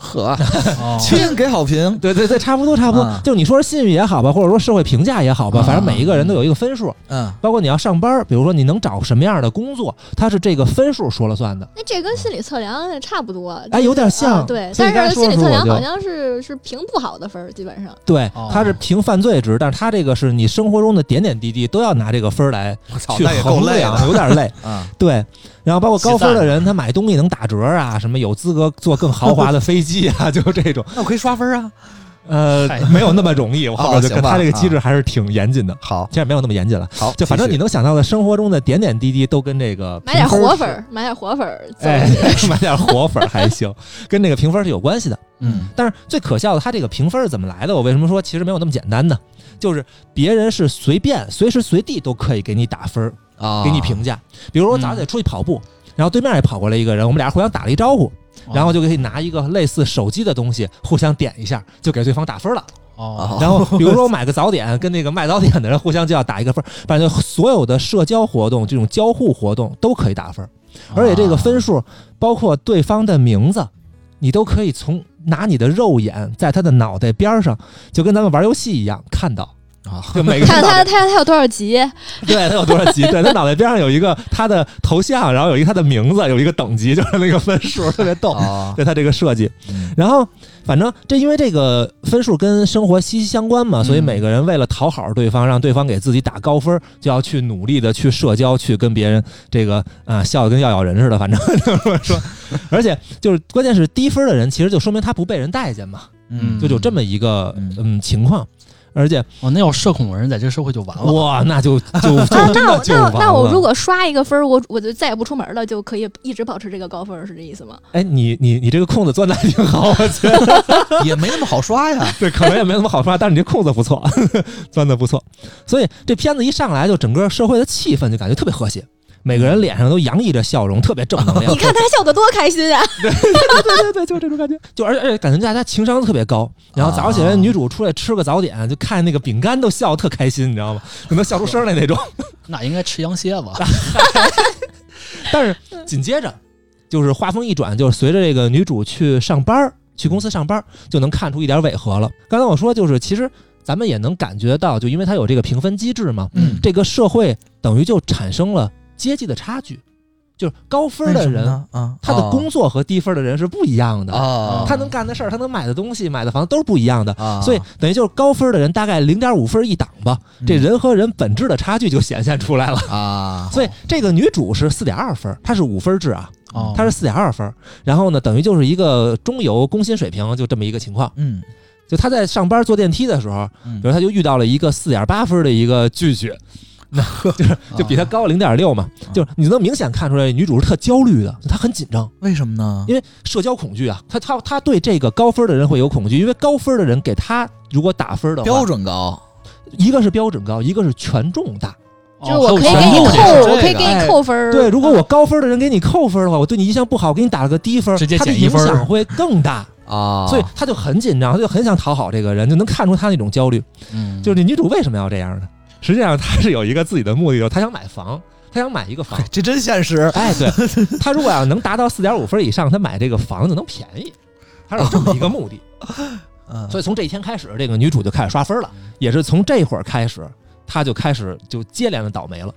S1: 呵，
S4: 哦
S1: 亲给好评，
S2: 对对对，差不多差不多
S1: 啊。
S2: 就你说是信誉也好吧，或者说社会评价也好吧，
S1: 啊
S2: 反正每一个人都有一个分数。
S1: 嗯，
S2: 包括你要上班，比如说你能找什么样的工作，它是这个分数说了算的。
S5: 那这跟心理测量差不多。
S2: 哎，有点
S5: 啊
S2: 像。
S5: 对，
S2: 所以刚
S5: 但
S2: 才
S5: 是
S2: 说
S5: 心
S2: 的
S5: 理
S2: 时候
S5: 测
S2: 我
S5: 量
S2: 就
S5: 好像是是评不好的分儿，基本上。
S2: 对
S4: 哦，
S2: 它是评犯罪值，但是它这个是你生活中的点点滴滴都要拿这个分儿来
S1: 我操，
S2: 去
S1: 那也够
S2: 衡
S1: 累
S2: 量，
S1: 的，
S2: 有点累。
S1: 啊，
S2: 对，然后包括高分
S4: 起
S2: 的
S4: 赞
S2: 人，他买东西能打折啊，什么有资格坐更豪华的飞机 啊，就这种。
S1: 那我可以刷分啊，
S2: 呃
S4: 嗨，
S2: 没有那么容易，我后边就
S1: 哦行
S2: 看
S1: 吧
S2: 他这个机制还是挺严谨的。
S1: 好，
S2: 其实没有那么严谨了，
S1: 好，
S2: 就反正你
S1: 继续
S2: 能想到的生活中的点点滴滴都跟这个
S5: 买点
S2: 评分
S5: 活
S2: 是
S5: 粉，儿，买点活粉儿走。
S2: 哎， 买点活粉儿还行，跟这个评分是有关系的。
S1: 嗯
S2: 但是最可笑的，它这个评分是怎么来的？我为什么说其实没有那么简单呢？就是别人是随便、随时随地都可以给你打分儿、
S1: 啊，
S2: 给你评价。比如说我早上得出去跑步，然后对面也跑过来一个人，我们俩互相打了一招呼，嗯
S4: 哦
S1: 哦
S2: 然后就可以拿一个类似手机的东西互相点一下，就给对方打分了。
S4: 哦
S1: 哦，
S2: 然后比如说我买个早点，跟那个卖早点的人互相就要打一个
S1: 哦
S2: 分儿，反正所有的社交活动、这种交互活动都可以打分儿，
S1: 啊
S2: 而且这个分数包括对方的名字，你都可以从拿你的肉眼在他的脑袋边儿上，就跟咱们玩游戏一样看到。
S1: 啊，
S2: 就每个人
S5: 看
S2: 脑
S5: 他
S2: 袋
S5: 他他有多少级？
S2: 对他有多少级，对他脑袋边上有一个他的头像，然后有一个他的名字，有一个等级，就是那个分数，特别逗。
S1: 啊，
S2: 对他这个设计，
S1: 嗯
S2: 然后，反正这因为这个分数跟生活息息相关嘛，所以
S4: 嗯
S2: 每个人为了讨好对方，让对方给自己打高分，就要去努力的去社交，去跟别人这个啊、笑的跟要咬人似的，反正 就是说，而且就是关键是低分的人，其实就说明他不被人待见嘛，
S1: 嗯，
S2: 就有这么一个
S1: 嗯
S2: 嗯情况，而且
S4: 哦，那要社恐的人在这个社会就完了。
S2: 哇，那就就就
S5: 啊，
S2: 真
S5: 那
S2: 的
S5: 我
S2: 就
S5: 那
S2: 完
S5: 我那我
S2: 了
S5: 如果刷一个分儿，我我就再也不出门了，就可以一直保持这个高分儿，是这意思吗？
S2: 哎，你你你这个空子钻的还挺好，我觉得。
S1: 嗯也没那么好刷呀，
S2: 对，可能也没什么好说，但是你这空子不错， 钻的不错。所以这片子一上来就整个社会的气氛就感觉特别和谐，每个人脸上都洋溢着笑容，特别正能量
S5: 你。看他笑得多开心啊！
S2: 对对对，就这种感觉，就而且而且感觉大家情商特别 高。然后早上起来，
S1: 啊
S2: 女主出来吃个早点，就看那个饼干都笑特开心，你知道吗？可能笑出声来那种。
S4: 那应该吃羊蝎子。
S2: 但是紧接着就是话锋一转，就是随着这个女主去上班儿，去公司上班儿，就能看出一点违和了。刚才我说就是，其实咱们也能感觉到，就因为它有这个评分机制嘛，
S1: 嗯，
S2: 这个社会等于就产生了阶级的差距，就是高分的人，
S1: 啊，
S2: 他的工作和低分的人是不一样的，
S1: 啊，
S2: 他能干的事儿，他能买的东西、买的房子都是不一样的。
S1: 啊，
S2: 所以等于就是高分的人大概零点五分一档吧，
S1: 嗯
S2: 这人和人本质的差距就显现出来了。
S1: 啊，
S2: 所以这个女主是四点二分，她是五分制啊，
S4: 哦
S2: 她是四点二分。然后呢，等于就是一个中游工薪水平，就这么一个情况。
S1: 嗯
S2: 就她在上班坐电梯的时候，
S1: 嗯
S2: 比如她就遇到了一个四点八分的一个拒绝， 就是就比她高零点六嘛，
S1: 嗯
S2: 就是你能明显看出来女主是特焦虑的，她很紧张，
S1: 嗯为什么呢？
S2: 因为社交恐惧啊，她她她对这个高分的人会有恐惧，因为高分的人给她如果打分的话，
S1: 标准高，
S2: 一个是标准高，一个是权重大。
S4: 哦
S5: 就是我可以给
S1: 全
S5: 你
S1: 部
S5: 扣
S1: 得是这，
S5: 我可以
S1: 个
S5: 给
S2: 哎
S5: 你扣分儿。
S2: 对，如果
S5: 嗯
S2: 我高分的人给你扣分的话，我对你印象不好，给你打了个低分，
S6: 直接
S2: 他的
S6: 减一
S2: 影
S6: 分
S2: 响会更大，
S1: 啊，
S2: 所以他就很紧张，他就很想讨好这个人，就能看出他那种焦虑。
S4: 嗯，
S2: 就是女主为什么要这样呢？ 实际上她是有一个自己的目的的，她想买 房，她想买一个房。
S1: 这真现实
S2: 哎， 对，她如果要能达到四点五分以上，她买这个房子能便宜，她是有这么一个目的。
S1: 啊
S2: 所以从这一天开始，这个女主就开始刷分了，也是从这会儿开始，她就开始就接连的倒霉了。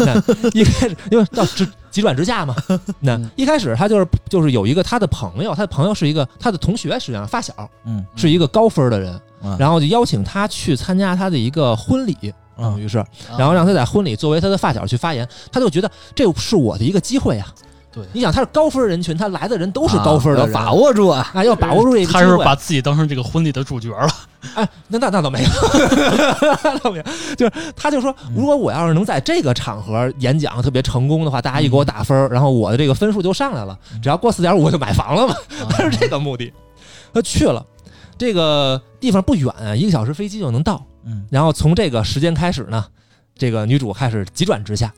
S2: 那一开始因为到直急转直下 嘛，那
S4: 嗯
S2: 一开始她就是就是有一个她的朋友，她的朋友是一个她的同学，实际上发小，
S1: 嗯
S2: 是一个高分的人
S1: 嗯，
S2: 然后就邀请她去参加她的一个婚礼，
S1: 嗯
S2: 等于是，
S4: 啊
S2: 然后让她在婚礼作为她的发小去发言，她就觉得这是我的一个机会呀、
S4: 对
S2: 你想她是高分人群，她来的人都是高分的
S1: 啊
S2: 人，
S1: 把握住啊，
S2: 啊，要把握住这个机
S4: 他是
S2: 会。
S4: 把自己当成这个婚礼的主角了。
S2: 哎，那那那倒没有， 那倒没有，就是他就说，如果我要是能在这个场合演讲特别成功的话，大家一给我打分儿，然后我的这个分数就上来了，只要过四点五我就买房了嘛，他 是这个目的。他去了，这个地方不远，一个小时飞机就能到。
S1: 嗯，
S2: 然后从这个时间开始呢，这个女主开始急转直下，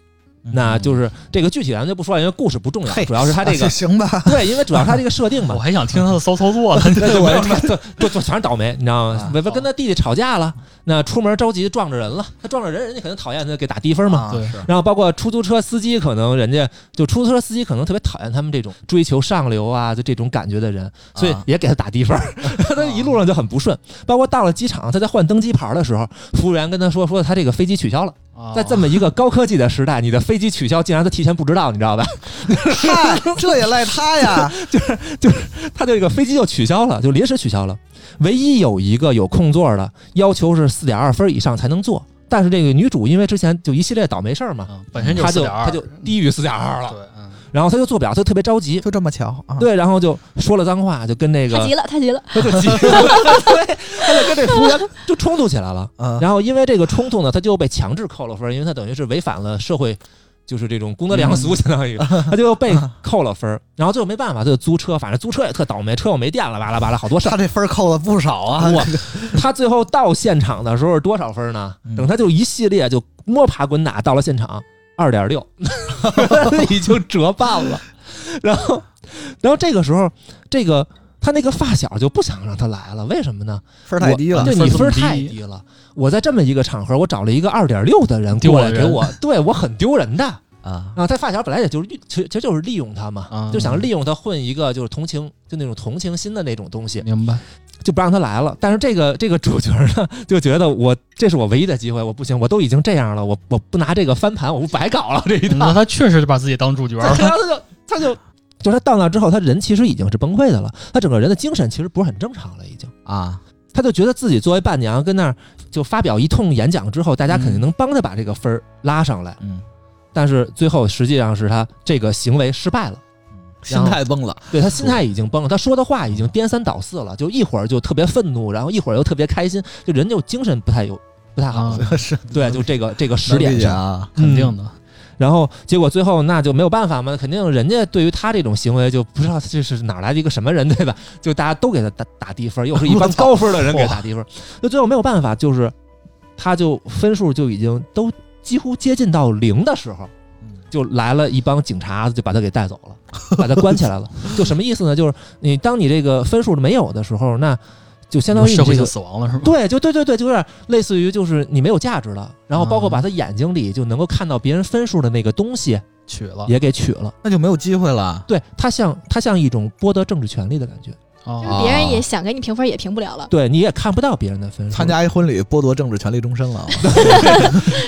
S1: 嗯
S2: 那就是这个具体咱们就不说了，因为故事不重要，主要是她 这个。
S1: 啊行吧，
S2: 对，因为主要是她这个设定嘛
S4: 我，还想听他的骚操作 呢，
S2: 对，我嗯就就就全是倒霉，你知道吗
S1: 啊？
S2: 伟伟跟他弟弟吵架了，那出门着急撞着人了，他撞着人，人家肯定讨厌他，给打低分嘛。
S1: 啊
S4: 对
S1: 是
S2: 然后包括出租车司机，可能人家就出租车司机可能特别讨厌他们这种追求上流啊，就这种感觉的人，所以
S1: 啊
S2: 也给他打低分儿。他一路上就很不顺，包括到了机场，他在换登机牌的时候，服务员跟他说说他这个飞机取消了。
S4: 哦
S2: 在这么一个高科技的时代，你的飞机取消竟然他提前不知道，你知道吧？
S1: 嗨，这也赖他呀，
S2: 他这个飞机就取消了，就临时取消了。唯一有一个有空座的，要求是四点二分以上才能坐。但是这个女主因为之前就一系列倒霉事儿嘛，
S4: 嗯本身就
S2: 她
S4: 四
S2: 就
S4: 点二，
S2: 她就低于四点二了，
S4: 对，嗯
S2: 然后她就坐不了，她就特别着急，
S1: 就这么巧啊，
S2: 对，然后就说了脏话，就跟那
S5: 他
S2: 个
S5: 急了，他急了，
S2: 她就急了， 对，她就跟这服务员就冲突起来了。
S1: 啊，
S2: 然后因为这个冲突呢，她就被强制扣了分儿，因为她等于是违反了社会。就是这种公德良俗，相 当于她就被扣了分儿，然后最后没办法，她就租车，反正租车也特倒霉，车又没电了，巴拉巴拉，好多事儿
S1: 他。这分儿扣了不少啊，
S2: 哇，他最后到现场的时候是多少分呢
S1: 嗯？
S2: 等他就一系列就摸爬滚打到了现场，二点 六，已经折半了。然后，然后这个时候，这个他那个发小就不想让他来了，为什么呢？
S1: 分儿太低了
S2: 对
S4: 啊分
S2: 你
S4: 儿这
S2: 分
S4: 么
S2: 儿太
S4: 低
S2: 低了。我在这么一个场合，我找了一个二点六的人
S4: 丢
S2: 过来
S4: 人
S2: 给我，对我很丢人的。
S1: 啊，
S2: 啊，他发小本来也就是利其实其实就是利用他嘛
S4: 啊，
S2: 就想利用他混一个就是同情，就那种同情心的那种东西。
S4: 明白。
S2: 就不让他来了。但是这个这个主角呢，就觉得我这是我唯一的机会，我不行，我都已经这样了，我我不拿这个翻盘，我不白搞了这一
S4: 那
S2: 套。
S4: 他确实是把自己当主角
S2: 然后
S4: 了。
S2: 他就他就就他到那之后，他人其实已经是崩溃的了，他整个人的精神其实不是很正常了，已经。
S1: 啊，
S2: 他就觉得自己作为伴娘跟那儿就发表一通演讲之后，大家肯定能帮他把这个分儿拉上来，
S1: 嗯，
S2: 但是最后实际上是他这个行为失败了。
S1: 心态崩了，
S2: 对他心态已经崩了，他说的话已经颠三倒四了，就一会儿就特别愤怒，然后一会儿又特别开心，就人就精神不太有不太好。
S4: 啊，
S1: 是
S2: 对，就这个这个时
S1: 能
S2: 点
S1: 理解
S2: 上，
S1: 啊，
S4: 肯定的，
S2: 然后结果最后那就没有办法嘛，肯定人家对于他这种行为就不知道这是哪来的一个什么人，对吧？就大家都给他打打低分，又是一
S1: 我
S2: 帮
S1: 操
S2: 高分的人 给他打低分，那最后没有办法，就是他就分数就已经都几乎接近到零的时候，就来了一帮警察，就把他给带走了， 把他关起来了。就什么意思呢？就是你当你这个分数没有的时候，那就相当于你
S4: 社会
S2: 这
S4: 性
S2: 个
S4: 死亡了是吗？
S2: 对，就对对对，就有点类似于就是你没有价值了。然后包括
S1: 啊
S4: 嗯
S2: 把他眼睛里就能够看到别人分数的那个东西
S4: 取
S1: 啊
S4: 了
S2: 也给取了。
S1: 那就没有机会了。
S2: 对他像他像一种剥夺政治权利的感觉，
S5: 就
S4: 啊
S5: 是别人也想给你评分，也评不了了。
S2: 对你也看不到别人的分数。
S1: 参加一婚礼，剥夺政治权利终身了。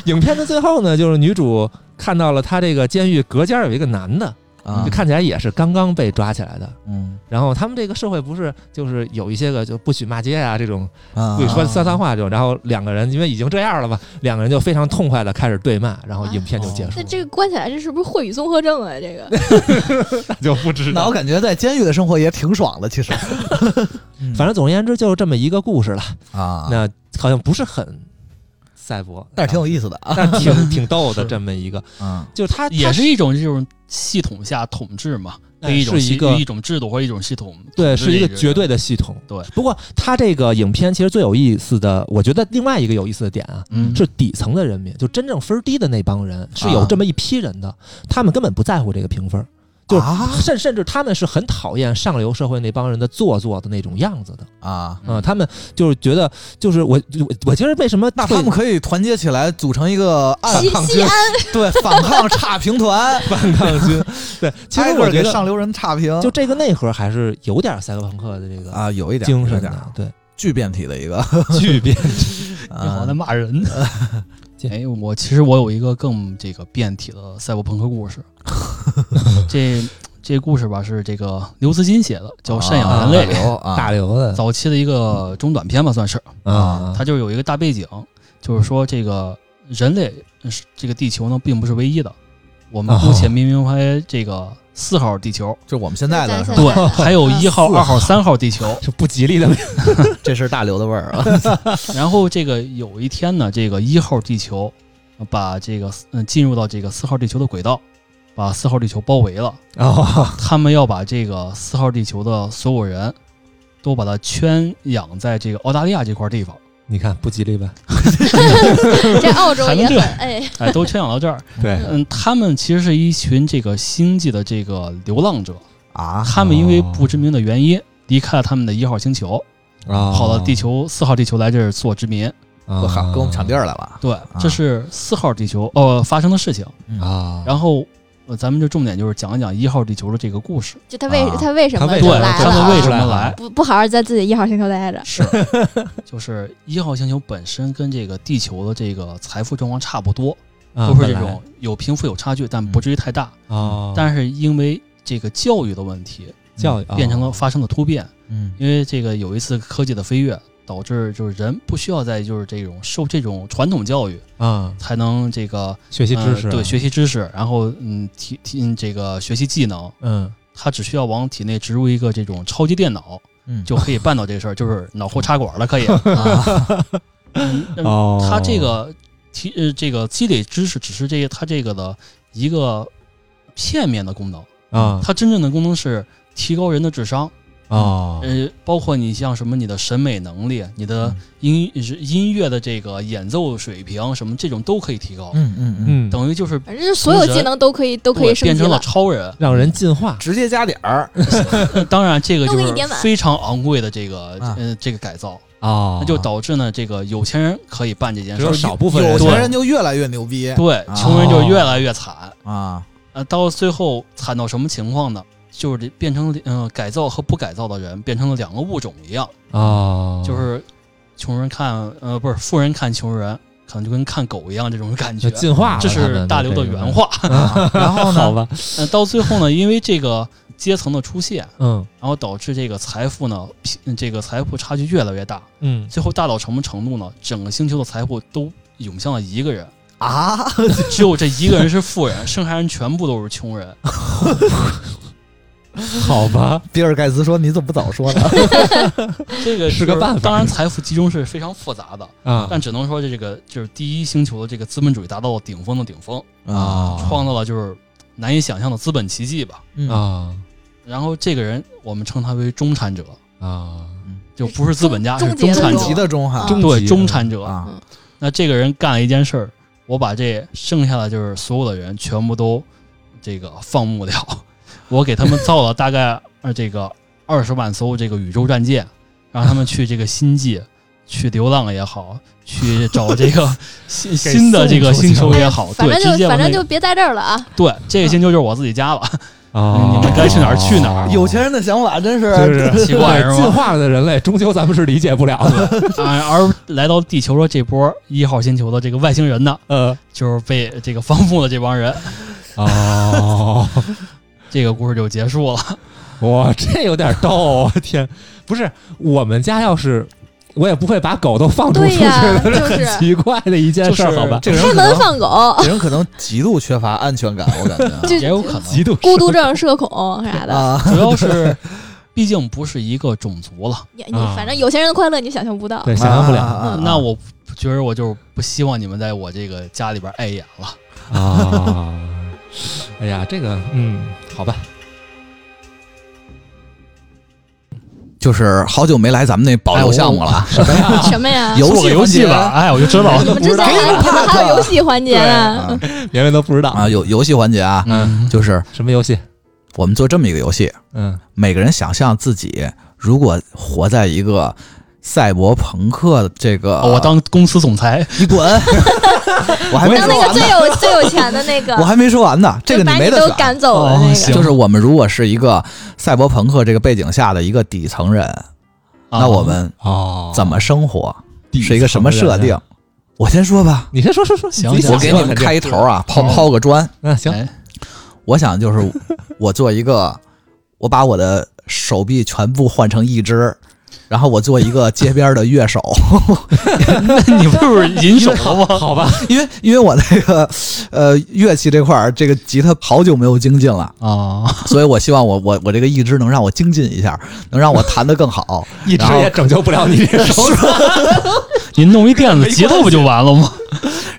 S2: 影片的最后呢，就是女主看到了她这个监狱隔间儿有一个男的，
S1: 啊
S2: 就，看起来也是刚刚被抓起来的。
S1: 嗯
S2: 然后他们这个社会不是就是有一些个就不许骂街啊这种
S1: 啊
S2: 对，说酸酸话这种，然后两个人因为已经这样了嘛，两个人就非常痛快的开始对骂，然后影片就结束
S5: 那
S2: 了，
S5: 这个关起来，这是不是秽语综合症啊？这个
S2: 就不知
S1: 那我。感觉在监狱的生活也挺爽的，其实。
S2: 反正总而言之就是这么一个故事了，
S1: 正嗯啊，
S2: 那好像不是很赛博，
S1: 但是挺有意思的啊。
S2: 但是挺挺逗 的
S4: 是
S2: 这么一个，
S1: 嗯，
S2: 就是它
S4: 也是一种这种系统下统治嘛，
S2: 哎
S4: 一种
S2: 是
S4: 系
S2: 一个
S4: 一种制度或者一种系 统，
S2: 对，
S4: 统治
S2: 是一个
S4: 这
S2: 绝对的系统。
S4: 对
S2: 不过它这个影片其实最有意思的，我觉得另外一个有意思的点啊，
S4: 嗯
S2: 是底层的人民，就真正分儿低的那帮人，是有
S1: 啊
S2: 这么一批人的，他们根本不在乎这个评分儿，就
S1: 啊
S2: 甚甚至他们是很讨厌上流社会那帮人的做作的那种样子的
S1: 啊，
S2: 啊、他们就是觉得，就是我我我其实为什么
S1: 那他们
S2: 会
S1: 可以团结起来，组成一个暗
S5: 西
S1: 抗
S5: 西
S1: 军，
S5: 安
S1: 对，反抗差评 团，
S2: 反抗军？对，其实
S1: 挨个
S2: 我
S1: 儿
S2: 觉
S1: 给
S2: 得
S1: 上流人差评，
S2: 就这个内核还是有点赛博朋克的这个
S1: 啊，有一点
S2: 精
S1: 有
S2: 神
S1: 点
S2: 的，对，
S1: 巨变体的一个，
S2: 巨 变
S4: 你好
S1: 啊
S4: 像在骂人。 哎，我其实我有一个更这个变体的赛博朋克 故事，这这故事吧是这个刘慈欣写的，叫《赡养人类》，
S1: 啊
S2: 大刘的
S4: 早期的一个中短篇吧，算是。
S2: 啊，
S4: 它就是有一个大背景，就是说这个人类是这个地球呢并不是唯一的，我们
S2: 哦
S4: 姑且命名为这个四号 地球，
S1: 就我们现在的是吧？
S5: 对
S4: 还有一号、
S2: 四
S4: 二号、三号地球。
S2: 是不吉利的
S1: 这是大刘的味儿啊，
S4: 然后这个有一天呢，这个一号地球呃把这个嗯进入到这个四号地球的轨道，把四号地球包围了，
S2: 啊，
S4: 他们要把这个四号地球的所有人都把它圈养在这个澳大利亚这块地方，
S2: 你看不吉利 吧？
S5: 这澳洲
S4: 还能
S5: 也
S4: 这
S5: 很
S4: 样
S5: 哎，
S4: 哎，都圈养到这儿。
S2: 对
S4: 嗯，他们其实是一群这个星际的这个流浪者，
S1: 啊，
S4: 他们因为不知名的原因离开了他们的一号星球，
S2: 啊，
S4: 跑到地球四号地球来这儿做殖民。
S1: 我
S2: 我
S1: 靠，跟我们抢地儿来了
S4: 对，这是四号地球呃发生的事情。
S2: 啊，
S4: 然后、呃咱们这重点就是讲一讲一号地球的这个故 事。
S5: 就他为
S1: 啊
S5: 他为什么
S2: 他为
S5: 就
S2: 什
S4: 对
S2: 么
S5: 来
S4: 他们为什
S5: 了？
S4: 么
S2: 来
S4: 来？
S5: 不不好好在自己一号星球待着，
S4: 是，就是一号星球本身跟这个地球的这个财富状况差不多，
S2: 啊
S4: 都是这
S2: 本来嗯
S4: 种有贫富有差距，但不至于太大。
S2: 哦，
S4: 但是因为这个教育的问题，
S2: 教育哦
S4: 变成了发生了突变。
S1: 嗯
S4: 因为这个有一次科技的飞跃，导致就是人不需要再就是这种受这种传统教育
S2: 啊，
S4: 才能这个
S2: 学习知识啊
S4: 呃对学习知识，然后嗯提提嗯这个学习技能，
S2: 嗯
S4: 它只需要往体内植入一个这种超级电脑
S1: 嗯，
S4: 就可以办到这个事儿，就是脑后插管了 可以。啊嗯
S2: 哦，
S4: 它这个提呃这个积累知识只是这个它这个的一个片面的功能，
S2: 啊
S4: 它真正的功能是提高人的智商。
S2: 哦
S4: 呃，包括你像什么你的审美能力、你的
S1: 嗯
S4: 音是音乐的这个演奏水平什么这种都可以提高，
S1: 嗯嗯嗯，
S2: 嗯，。
S4: 等于就是
S5: 反正所有技能都可以都可以
S4: 对
S5: 升
S4: 变
S5: 级
S4: 成了
S5: 了。
S4: 超人
S2: 让人进化
S1: 直接加点儿
S4: 呃当然，这个
S5: 都
S4: 就
S5: 给你
S4: 是
S5: 点满
S4: 非常昂贵的这个
S1: 啊
S4: 呃这个改造，
S2: 哦
S4: 那就导致呢这个有钱人可以办这件
S2: 只
S4: 事
S2: 有
S4: 儿，
S2: 少部分
S1: 有
S2: 人
S1: 钱人就越来越牛逼
S4: 对
S1: 啊
S4: 穷人就越来越惨。
S1: 啊
S4: 呃，到最后惨到什么情况呢？就是这变成嗯、改造和不改造的人变成了两个物种一样。
S2: 哦，
S4: 就是穷人看呃不是富人看穷人，可能就跟看狗一样这种感觉
S2: 就。进化了，
S4: 这
S2: 他
S4: 是
S2: 们
S4: 大刘的
S2: 这个
S4: 原，话。
S1: 啊，然后
S2: 好
S1: 呢，
S2: 吧，
S4: 呃，到最后呢，因为这个阶层的出现，
S2: 嗯
S4: 然后导致这个财富呢，贫这个财富差距越来越大，
S2: 嗯，
S4: 最后大到什么程度呢？整个星球的财富都涌向了一个人，
S1: 啊，
S4: 只有这一个人是富人，剩下人全部都是 穷人。
S2: 好吧，
S1: 比尔盖茨说你怎么不早说呢？
S4: 这个
S2: 是个
S4: 就
S2: 办法
S4: 当然，财富集中是非常复杂的，
S2: 啊
S4: 但只能说这个就是第一星球的这个资本主义达到了顶峰的顶峰。
S2: 啊
S1: 哦
S4: 创造了就是难以想象的资本奇迹吧。
S1: 嗯
S2: 啊
S4: 然后这个人，我们称他为中产者，
S2: 啊，
S4: 就不是资本家，
S5: 终
S4: 是中
S5: 终结
S4: 产
S5: 了
S1: 级
S4: 者。
S1: 的中哈
S5: 终
S4: 对，
S2: 极
S4: 中产者。
S1: 啊
S4: 那这个人干了一件事儿，我把这剩下的就是所有的人全部都这个放牧掉。我给他们造了大概呃这个二十万艘这个宇宙战舰，让他们去这个星际，去流浪也好，去找这个新新的这个星球也好，
S5: 哎反
S4: 对，
S5: 正
S4: 直接
S5: 就
S4: 往
S5: 反
S4: 那
S5: 正
S4: 个
S5: 就别在这儿了啊！
S4: 对这个星球就是我自己家了。
S2: 啊
S4: 你们该去哪儿去哪儿
S1: 有钱人的想法真是
S2: 就是
S4: 奇怪是吧
S2: 啊进化了的人类，终究咱们是理解不了 的。
S4: 啊，而来到地球的这波一号星球的这个外星人呢，
S2: 呃，
S4: 就是被这个放牧的这帮人，
S2: 哦，
S4: 这个故事就结束了。
S2: 哇，这有点逗，啊天！不是我们家要是，我也不会把狗都放逐出去
S5: 对呀
S2: 的，这
S5: 就是
S2: 很奇怪的一件事儿，好吧？
S1: 这个人
S5: 开
S1: 可
S5: 门
S1: 能
S5: 放狗，
S1: 这人可能极度缺乏安全感，我感觉啊
S5: 就
S4: 也有可能，
S2: 极度
S5: 孤独症、社恐啥的。
S1: 啊，
S4: 主要是，毕竟不是一个种族了。
S1: 啊
S5: 你你反正有钱人的快乐你想象不到，
S4: 哎
S2: 对，想象不了
S1: 啊啊啊
S4: 嗯那我觉得我就是不希望你们在我这个家里边碍眼了。
S2: 啊！哎呀，这个，嗯，好吧，
S1: 就是好久没来咱们那保留项目了，
S5: 什么呀？
S1: 游
S4: 做个游戏
S1: 环节
S4: 吧，哎哎，我就知道
S5: 你
S4: 了。
S5: 们之前还你们还有游戏环节呢？
S1: 啊
S2: 别人都不知道
S1: 啊，有游戏环节啊，
S2: 嗯，
S1: 就是
S2: 什么游戏？
S1: 我们做这么一个游戏，
S2: 嗯，
S1: 每个人想象自己如果活在一个赛博朋克这个，
S4: 哦我当公司总裁，
S1: 你 滚，我还没说
S5: 当那个
S1: 完
S5: 最
S1: 呢，
S5: 有最有钱的那个，
S1: 我还没说完呢，这个
S5: 就把
S1: 没
S5: 你
S1: 得
S5: 都
S1: 选。
S5: 赶走了那
S4: 哦
S5: 个。
S4: 行
S1: 就是我们如果是一个赛博朋克这个背景下的一个底层人，
S4: 啊
S1: 那我们
S2: 哦，
S1: 怎么生活，是一个什么设
S2: 底层
S1: 定？我先说吧，
S2: 你先说说说，
S4: 行
S2: 你自
S1: 我
S2: 己想
S1: 给
S2: 象
S1: 你们
S2: 肯定
S1: 开一头啊，抛
S4: 嗯
S1: 抛个砖。
S2: 嗯，行，
S4: 哎
S1: 我想就是我做一个，我把我的手臂全部换成一只，然后我做一个街边的乐手，
S4: 你不是银手
S2: 好
S4: 了吗？
S2: 好吧，
S1: 因为因为我那个呃乐器这块儿，这个吉他好久没有精进了，
S4: 啊，
S1: 所以我希望我我我这个一只能让我精进一下，能让我弹得更 好。
S2: 一直也拯救不了 你这手
S4: 您弄一电子吉他不就完 了吗？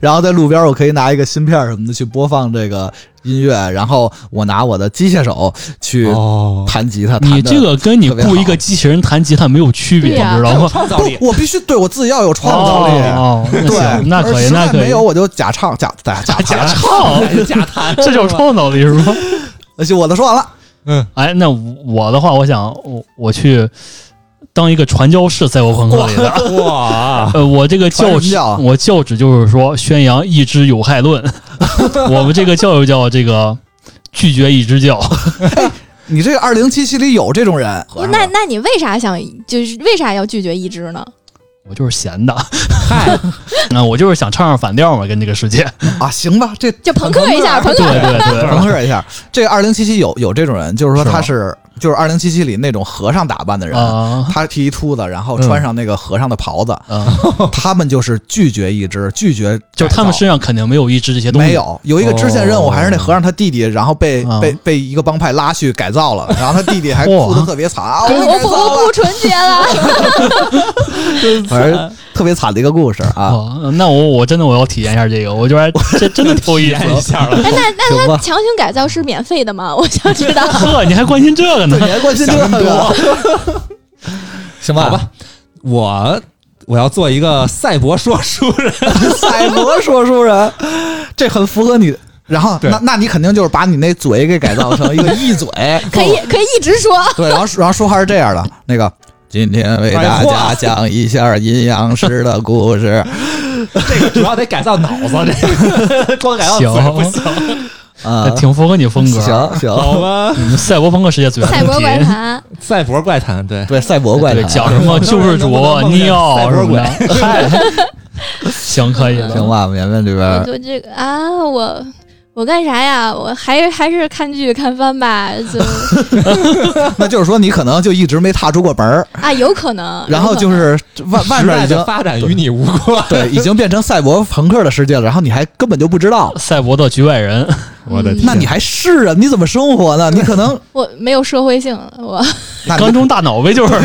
S1: 然后在路边我可以拿一个芯片什么的去播放这个音乐，然后我拿我的机械手去
S2: 哦，
S1: 弹吉他。弹
S4: 你
S1: 得
S4: 这个跟你
S1: 特别好
S4: 雇一个机器人弹吉他没有区别，
S5: 对
S4: 你
S5: 呀
S4: 知道吗？
S2: 创造力
S1: 不，我必须对我自己要有创造力。
S4: 哦，哦那
S1: 对，
S4: 行，那可以，
S1: 实在
S4: 那可以，
S1: 没有我就假唱假假假
S4: 假
S1: 弹。
S4: 唱，
S2: 假弹，
S4: 这就是创造力是吗？
S1: 而且我的说完了，
S2: 嗯，
S4: 哎，那我的话，我想我我去当一个传教士，赛博朋克里的。
S2: 哇，
S4: 呃，我这个教
S1: 传什
S4: 旨
S1: 么教啊，
S4: 我教旨就是说宣扬一支有害论。 我们这个教育叫这个拒绝一支教，
S1: 你这个二零七七里有这种人，
S5: 不是那那你为啥想就是为啥要拒绝一只呢？
S4: 我就是闲的，
S2: 嗨，
S4: 那我就是想唱唱反调嘛，跟这个世界。
S1: 啊，行吧，这
S5: 就朋克一下，朋
S4: 对
S5: 克
S4: 对
S1: 朋
S4: 对，
S1: 克 一下。这个二零七七有有这种人，就是说
S4: 是吗
S1: 他是就是二零七七里那种和尚打扮的人。
S4: 嗯啊嗯
S1: 他剃一秃子，然后穿上那个和尚的袍子，
S4: 啊，
S1: 他们就是拒绝一只，拒绝
S4: 就是他们
S1: 改造
S4: 身上肯定没有一支这些东西。
S1: 没有有一个支线任务，
S2: 哦
S1: 还是那和尚他弟弟，然后被
S4: 嗯
S1: 被被一个帮派拉去改造了，然后他弟弟还
S4: 哇
S1: 哭得特别惨 啊，我
S5: 我
S1: 改
S5: 我不
S1: 造
S5: 我
S1: 了
S5: 不，纯洁了，
S1: 反正特别惨的一个故事啊。
S4: 啊，那我我真的我要体验一下这个，我觉得还这 真的挺有意
S2: 体验一
S4: 思。
S2: 下了，
S5: 哎， 那那
S1: 行吧
S5: 他强行改造是免费的吗？我想知道。
S4: 呵，你还关心这个呢
S1: 对，？你还关心这个？行吧，
S2: 好吧，我我要做一个赛博说书人，
S1: 赛博说书人，这很符合你。然后，
S2: 对
S1: 那那你肯定就是把你那嘴给改造成一个一嘴， 哦
S5: 可以可以一直说，
S1: 对，然后然后说话是这样的，那个今天为大家讲一下阴阳师的故事，
S2: 这个主要得改造脑 子，这个光改造嘴不行，
S1: 啊，
S4: 哎挺符合你风格。
S1: 行行，
S2: 好吧？
S4: 你们赛博朋克世界最大
S5: 赛
S4: 的
S5: 博
S4: 问
S5: 怪
S4: 题，
S5: 谈，
S2: 赛博怪谈，对，
S1: 对赛博怪
S4: 对，
S1: 谈，
S4: 讲什么救世主
S2: 能不能、梦见
S4: 尼奥
S2: 赛
S4: 什
S2: 博
S4: 么
S2: 鬼
S4: 的， 嗨，行，可以了。
S1: 行吧，绵绵这
S5: 我
S1: 边
S5: 就这个啊，我我干啥呀？我还是还是看剧看番吧， 就
S1: 那就是说你可能就一直没踏出过门儿，
S5: 啊，有可能。
S1: 然后
S5: 有可
S1: 就
S5: 能
S1: 是外外
S2: 时
S1: 面
S2: 代
S1: 已经
S2: 的发展与你无关。
S1: 对已经变成赛博朋克的世界了，然后你还根本就不知 道，
S4: 赛博的局外人，
S5: 我的天
S1: 那你还是人，你怎么生活呢？你可能
S5: 我没有社会性，我
S1: 嗯那
S4: 缸
S1: 你
S4: 中大脑呗，就是。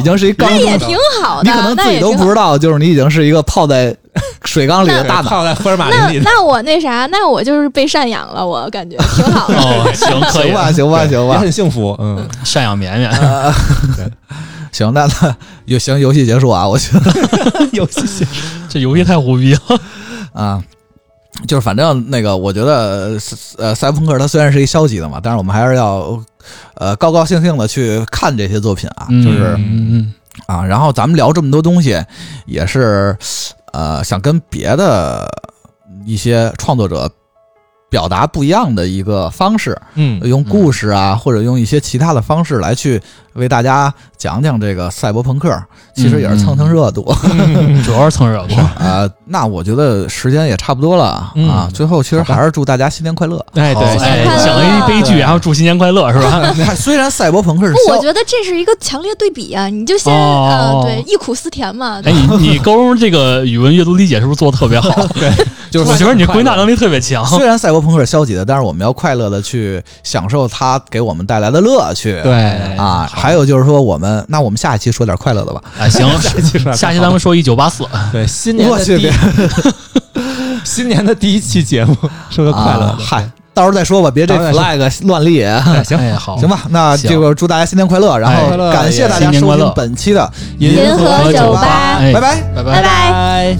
S1: 已经是一缸
S5: 那也
S1: 中
S5: 挺好
S1: 嗯你
S5: 的
S1: 可能，
S5: 那
S1: 自己
S5: 也
S1: 都
S5: 挺好
S1: 不知道，就是你已经是一个泡在水缸里的大 脑。
S2: 套在福尔马
S5: 那
S2: 林里的，
S5: 那我那啥，那我就是被赡养了，我感觉挺好 的。
S4: 哦，行，可以
S1: 行，吧，啊行吧，行
S2: 也
S1: 吧，
S2: 很幸福。嗯，
S4: 赡养绵绵。
S1: 行，那那有行，游戏结束啊，我觉得
S2: 游戏
S4: 这游戏太胡逼了。
S1: 啊，就是反正那个，我觉得呃呃，赛博朋克它虽然是一消极的嘛，但是我们还是要呃高高兴兴的去看这些作品啊， 就是
S4: 嗯
S1: 啊，然后咱们聊这么多东西，也是呃想跟别的一些创作者表达不一样的一个方式，
S2: 嗯
S1: 用故事啊，或者用一些其他的方式来去为大家讲讲这个赛博朋克，其实也是蹭
S2: 嗯
S1: 蹭热度。
S4: 嗯，主要是蹭热度。
S1: 啊，那我觉得时间也差不多了啊。
S2: 嗯
S1: 最后其实还是祝大家新年快 乐。
S2: 哎
S1: 好
S2: 对，
S4: 哎
S5: 快，乐
S4: 想了一悲剧，然后祝新年快乐 是吧？
S1: 它虽然赛博朋克是
S5: 不，
S1: 消
S5: 我觉得这是一个强烈对比啊！你就先
S4: 哦
S5: 呃，对，忆苦思甜嘛。
S4: 哎，你你高中这个语文阅读理解是不是做的特别好？
S1: 就是
S4: 我觉得你归纳能力特别强。
S1: 虽然赛博朋克是消极的，但是我们要快乐的去享受它给我们带来的乐趣。
S2: 对
S1: 啊，还有就是说，我们那我们下一期说点快乐的吧。
S4: 哎， 行，
S2: 说
S4: 下期咱们说一九八四，
S2: 对新年的第一 新年的第一期节目，说个快乐
S1: 啊
S2: 的，
S1: 嗨，到时候再说吧，别这
S2: 到时候
S1: flag 乱立。
S2: 对行
S4: 哎，好，
S1: 行吧，那
S4: 行
S1: 这个祝大家新年快乐，然
S4: 哎
S1: 后感谢大家
S4: 新年
S1: 收
S4: 快乐
S1: 听本期的
S2: 银
S5: 银
S2: 河
S5: 河
S1: 酒
S5: 酒
S1: 吧
S5: 吧，
S4: 哎
S1: 拜拜。
S5: 拜拜。
S2: 拜。